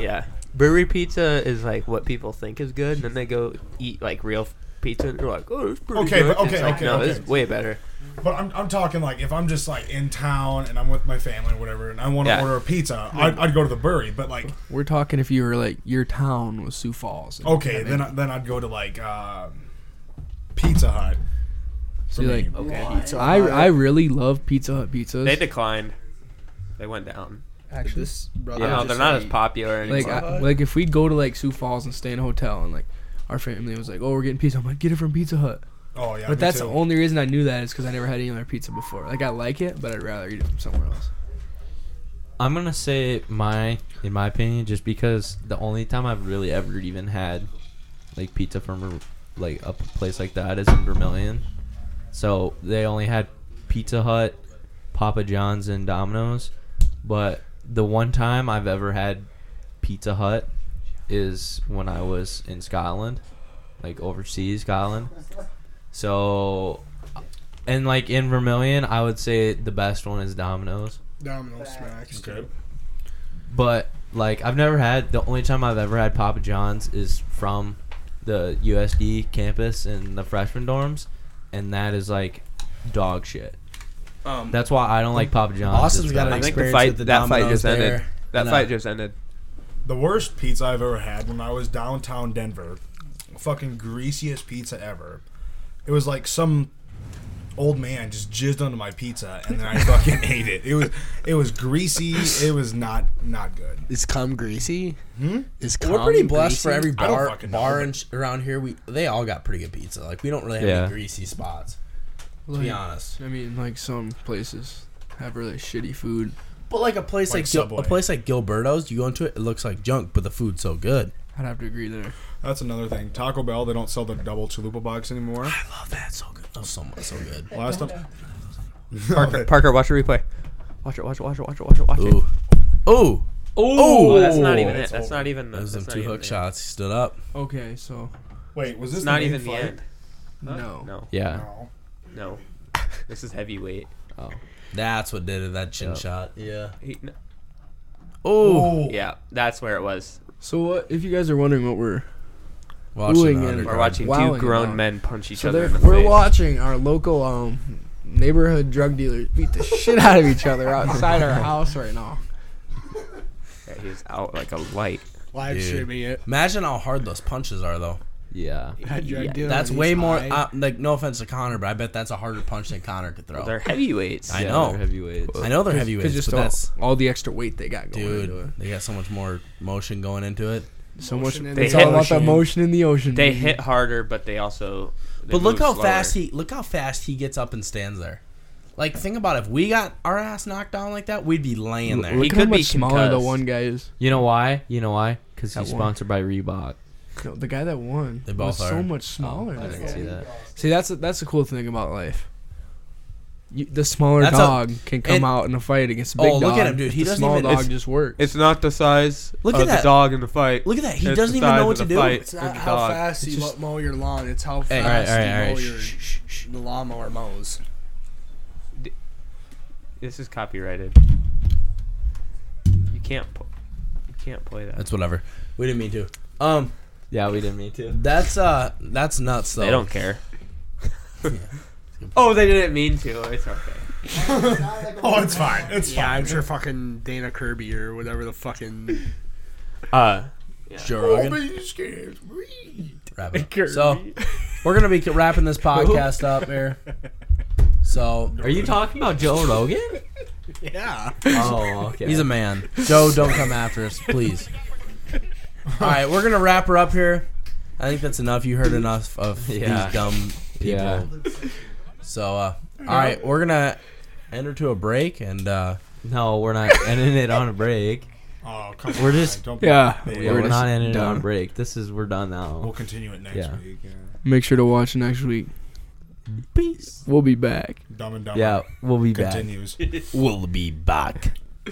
[SPEAKER 8] Yeah. Brewery pizza is like what people think is good, and then they go eat like real f- pizza, and they're like, "Oh, it's pretty
[SPEAKER 5] Okay,
[SPEAKER 8] good."
[SPEAKER 5] but-
[SPEAKER 8] It's
[SPEAKER 5] okay,
[SPEAKER 8] like,
[SPEAKER 5] okay,
[SPEAKER 8] no,
[SPEAKER 5] okay.
[SPEAKER 8] it's way better.
[SPEAKER 5] But I'm, I'm talking like if I'm just like in town and I'm with my family or whatever and I want to
[SPEAKER 8] Yeah.
[SPEAKER 5] order a pizza, I'd, I'd go to the Burry. But like,
[SPEAKER 4] We're talking if you were like your town was Sioux Falls. and
[SPEAKER 5] okay,
[SPEAKER 4] having-
[SPEAKER 5] then I, then I'd go to like uh, Pizza Hut. For
[SPEAKER 4] See, like,
[SPEAKER 8] Okay.
[SPEAKER 6] Pizza
[SPEAKER 4] I
[SPEAKER 6] Hut.
[SPEAKER 4] I really love Pizza Hut pizzas.
[SPEAKER 8] They declined. They went down.
[SPEAKER 4] actually.
[SPEAKER 6] This brother.
[SPEAKER 8] Yeah, no,
[SPEAKER 6] just
[SPEAKER 8] they're not
[SPEAKER 6] like-
[SPEAKER 8] as popular anymore.
[SPEAKER 4] Like I, like if we go to like Sioux Falls and stay in a hotel and like our family was like, oh, we're getting pizza. I'm like, get it from Pizza Hut.
[SPEAKER 5] oh yeah,
[SPEAKER 4] But
[SPEAKER 5] me
[SPEAKER 4] that's
[SPEAKER 5] too.
[SPEAKER 4] the only reason I knew that is because I never had any other pizza before. Like I like it, but I'd rather eat it from somewhere else.
[SPEAKER 3] I'm gonna say my, in my opinion, just because the only time I've really ever even had like pizza from a, like a place like that is in Vermillion. So they only had Pizza Hut, Papa John's, and Domino's. But the one time I've ever had Pizza Hut is when I was in Scotland, like overseas Scotland. So, and like in Vermillion, I would say the best one is Domino's.
[SPEAKER 6] Domino's smacks.
[SPEAKER 5] Okay.
[SPEAKER 3] But like I've never had the only time I've ever had Papa John's is from the USD campus and the freshman dorms, and that is like dog shit.
[SPEAKER 1] Um,
[SPEAKER 3] That's why I don't like Papa John's.
[SPEAKER 1] Austin's
[SPEAKER 3] It's
[SPEAKER 1] got
[SPEAKER 3] bad.
[SPEAKER 1] an
[SPEAKER 8] I think the
[SPEAKER 1] experience
[SPEAKER 8] fight
[SPEAKER 1] with the
[SPEAKER 8] that fight
[SPEAKER 1] dominoes
[SPEAKER 8] just ended.
[SPEAKER 1] there.
[SPEAKER 8] That
[SPEAKER 1] And,
[SPEAKER 8] fight
[SPEAKER 1] uh,
[SPEAKER 8] just ended.
[SPEAKER 5] The worst pizza I've ever had when I was downtown Denver, fucking greasiest pizza ever. It was like some old man just jizzed onto my pizza and then I fucking ate it. It was it was greasy. It was not not good.
[SPEAKER 6] Is cum greasy?
[SPEAKER 5] Hmm?
[SPEAKER 6] Is cum
[SPEAKER 1] We're pretty blessed for every
[SPEAKER 5] I don't
[SPEAKER 1] bar
[SPEAKER 5] fucking know,
[SPEAKER 1] bar
[SPEAKER 5] but-
[SPEAKER 1] in, sh- around here. We they all got pretty good pizza. Like we don't really have
[SPEAKER 3] Yeah.
[SPEAKER 1] any greasy spots. To
[SPEAKER 4] Like-
[SPEAKER 1] be honest,
[SPEAKER 4] I mean, like some places have really shitty food.
[SPEAKER 1] but like a place
[SPEAKER 5] Like
[SPEAKER 1] like, Gil-
[SPEAKER 5] Subway.
[SPEAKER 1] a place like Gilberto's, you go into it, it looks like junk, but the food's so good.
[SPEAKER 4] I'd have to agree there.
[SPEAKER 5] That's another thing. Taco Bell, they don't sell the double chalupa box anymore.
[SPEAKER 1] I love that. So good. Oh, so much, so good.
[SPEAKER 5] Last time
[SPEAKER 8] Parker, Parker, watch the replay. Watch it, watch it, watch it, watch it, watch it, watch it.
[SPEAKER 1] Ooh, ooh.
[SPEAKER 8] Oh, that's not even
[SPEAKER 1] That's
[SPEAKER 8] it. That's not even.
[SPEAKER 1] Those are
[SPEAKER 8] that's
[SPEAKER 1] them
[SPEAKER 8] not
[SPEAKER 1] two
[SPEAKER 8] even
[SPEAKER 1] hook
[SPEAKER 8] it.
[SPEAKER 1] shots. He stood up.
[SPEAKER 4] Okay, so
[SPEAKER 5] Wait, was this
[SPEAKER 8] It's not
[SPEAKER 5] main
[SPEAKER 8] even the
[SPEAKER 5] fight?
[SPEAKER 8] end.
[SPEAKER 4] no.
[SPEAKER 8] No,
[SPEAKER 3] Yeah.
[SPEAKER 8] no. This is heavyweight.
[SPEAKER 1] That's what did it. That chin
[SPEAKER 3] Yep.
[SPEAKER 1] shot. Yeah.
[SPEAKER 8] He- no-
[SPEAKER 1] Oh.
[SPEAKER 8] Yeah, that's where it was.
[SPEAKER 4] So what? If you guys are wondering what we're Ooh,
[SPEAKER 1] Watching
[SPEAKER 4] again.
[SPEAKER 1] the
[SPEAKER 8] We're
[SPEAKER 4] God.
[SPEAKER 8] watching
[SPEAKER 4] Wowing
[SPEAKER 8] two
[SPEAKER 4] it
[SPEAKER 8] grown
[SPEAKER 4] out.
[SPEAKER 8] men punch each
[SPEAKER 4] so
[SPEAKER 8] other
[SPEAKER 4] there,
[SPEAKER 8] in the
[SPEAKER 4] we're
[SPEAKER 8] face.
[SPEAKER 4] watching our local um neighborhood drug dealers beat the shit out of each other outside our house right now.
[SPEAKER 8] Yeah, he was out like a light.
[SPEAKER 6] live
[SPEAKER 1] Dude.
[SPEAKER 6] streaming it.
[SPEAKER 1] Imagine how hard those punches are, though.
[SPEAKER 3] Yeah.
[SPEAKER 8] Yeah,
[SPEAKER 1] That's way more. Uh, like, no offense to Connor, but I bet that's a harder punch than Connor could throw.
[SPEAKER 8] They're heavyweights.
[SPEAKER 1] Oh. I
[SPEAKER 3] Yeah,
[SPEAKER 1] know.
[SPEAKER 3] they're Heavyweights.
[SPEAKER 1] I know they're heavyweights,
[SPEAKER 4] Because just
[SPEAKER 1] but
[SPEAKER 4] all,
[SPEAKER 1] that's
[SPEAKER 4] all the extra weight they got going. into it.
[SPEAKER 1] dude. They got so much more motion going into it.
[SPEAKER 4] So much.
[SPEAKER 6] Motion in
[SPEAKER 8] the
[SPEAKER 4] It's all about the
[SPEAKER 6] ocean.
[SPEAKER 4] motion in the ocean.
[SPEAKER 8] They
[SPEAKER 4] baby.
[SPEAKER 8] hit harder, but they also. They
[SPEAKER 1] but look
[SPEAKER 8] move
[SPEAKER 1] how
[SPEAKER 8] slower.
[SPEAKER 1] fast he look how fast he gets up and stands there. Like, think about it. if we got our ass knocked down like that, we'd be laying there.
[SPEAKER 4] Look
[SPEAKER 8] He
[SPEAKER 4] how
[SPEAKER 8] could be
[SPEAKER 4] much smaller the
[SPEAKER 8] concussed.
[SPEAKER 4] one guy is.
[SPEAKER 3] You know why? You know why? Because he's
[SPEAKER 4] That one.
[SPEAKER 3] sponsored by Reebok. Oh,
[SPEAKER 4] No, the guy that won
[SPEAKER 1] They both
[SPEAKER 4] was so
[SPEAKER 1] are.
[SPEAKER 4] much smaller.
[SPEAKER 3] I
[SPEAKER 4] than
[SPEAKER 3] didn't
[SPEAKER 4] that.
[SPEAKER 3] see that.
[SPEAKER 4] Oh, See, that's that's the cool thing about life. You, the smaller
[SPEAKER 1] That's a-
[SPEAKER 4] dog can come
[SPEAKER 1] and-
[SPEAKER 4] out in a fight against a big
[SPEAKER 1] Oh,
[SPEAKER 4] dog.
[SPEAKER 1] look at him, dude. He
[SPEAKER 4] the
[SPEAKER 1] doesn't
[SPEAKER 4] small
[SPEAKER 1] even-
[SPEAKER 4] dog
[SPEAKER 1] it's-
[SPEAKER 4] just works.
[SPEAKER 8] It's not the size
[SPEAKER 1] Look at
[SPEAKER 8] of
[SPEAKER 1] that.
[SPEAKER 8] the dog in the fight.
[SPEAKER 1] Look at that. He
[SPEAKER 8] It's
[SPEAKER 1] doesn't
[SPEAKER 8] the
[SPEAKER 1] even
[SPEAKER 8] size
[SPEAKER 1] know
[SPEAKER 8] of
[SPEAKER 1] what
[SPEAKER 8] the
[SPEAKER 1] to do.
[SPEAKER 8] fight.
[SPEAKER 6] It's
[SPEAKER 8] It's
[SPEAKER 6] not
[SPEAKER 8] a
[SPEAKER 6] how
[SPEAKER 8] dog.
[SPEAKER 6] fast you
[SPEAKER 1] just-
[SPEAKER 6] mo- mow your lawn. It's how
[SPEAKER 1] Hey,
[SPEAKER 3] alright,
[SPEAKER 6] fast
[SPEAKER 3] alright,
[SPEAKER 6] you
[SPEAKER 3] alright,
[SPEAKER 6] mow
[SPEAKER 3] shh,
[SPEAKER 6] your
[SPEAKER 3] shh,
[SPEAKER 6] the lawnmower mows.
[SPEAKER 8] This is copyrighted. You can't. pu- You can't play that.
[SPEAKER 1] That's whatever. We didn't mean to. Um,
[SPEAKER 3] Yeah, we didn't mean to.
[SPEAKER 1] that's uh, that's nuts though.
[SPEAKER 8] They don't care. oh, they didn't mean to. It's okay.
[SPEAKER 5] Oh, it's fine. It's
[SPEAKER 6] Yeah,
[SPEAKER 5] fine.
[SPEAKER 6] I'm sure fucking Dana Kirby or whatever the fucking
[SPEAKER 8] Uh,
[SPEAKER 1] Joe
[SPEAKER 3] Oh,
[SPEAKER 1] Rogan. Wrap it up. So we're gonna be wrapping this podcast up here. So
[SPEAKER 3] Are you talking about Joe Rogan?
[SPEAKER 6] yeah.
[SPEAKER 3] oh, okay.
[SPEAKER 1] he's a man. Joe, don't come after us, please. All right, we're gonna wrap her up here. I think that's enough. You heard enough of
[SPEAKER 3] Yeah.
[SPEAKER 1] these dumb people.
[SPEAKER 3] Yeah.
[SPEAKER 1] So, uh, all right, we're gonna enter to a break, and uh,
[SPEAKER 3] No, we're not ending it on a break.
[SPEAKER 5] Oh, come
[SPEAKER 3] We're
[SPEAKER 5] on,
[SPEAKER 3] just-
[SPEAKER 5] don't be
[SPEAKER 4] Yeah,
[SPEAKER 5] big.
[SPEAKER 3] Yeah, we're,
[SPEAKER 4] just
[SPEAKER 3] not ending it on a
[SPEAKER 4] done.
[SPEAKER 3] break. This is we're done
[SPEAKER 5] We'll
[SPEAKER 3] now.
[SPEAKER 5] continue it next
[SPEAKER 3] Yeah.
[SPEAKER 5] week. Yeah.
[SPEAKER 4] Make sure to watch next week.
[SPEAKER 1] peace.
[SPEAKER 4] We'll be back.
[SPEAKER 5] Dumb and Dumber
[SPEAKER 3] Yeah, we'll be back.
[SPEAKER 5] continues.
[SPEAKER 1] We'll be back.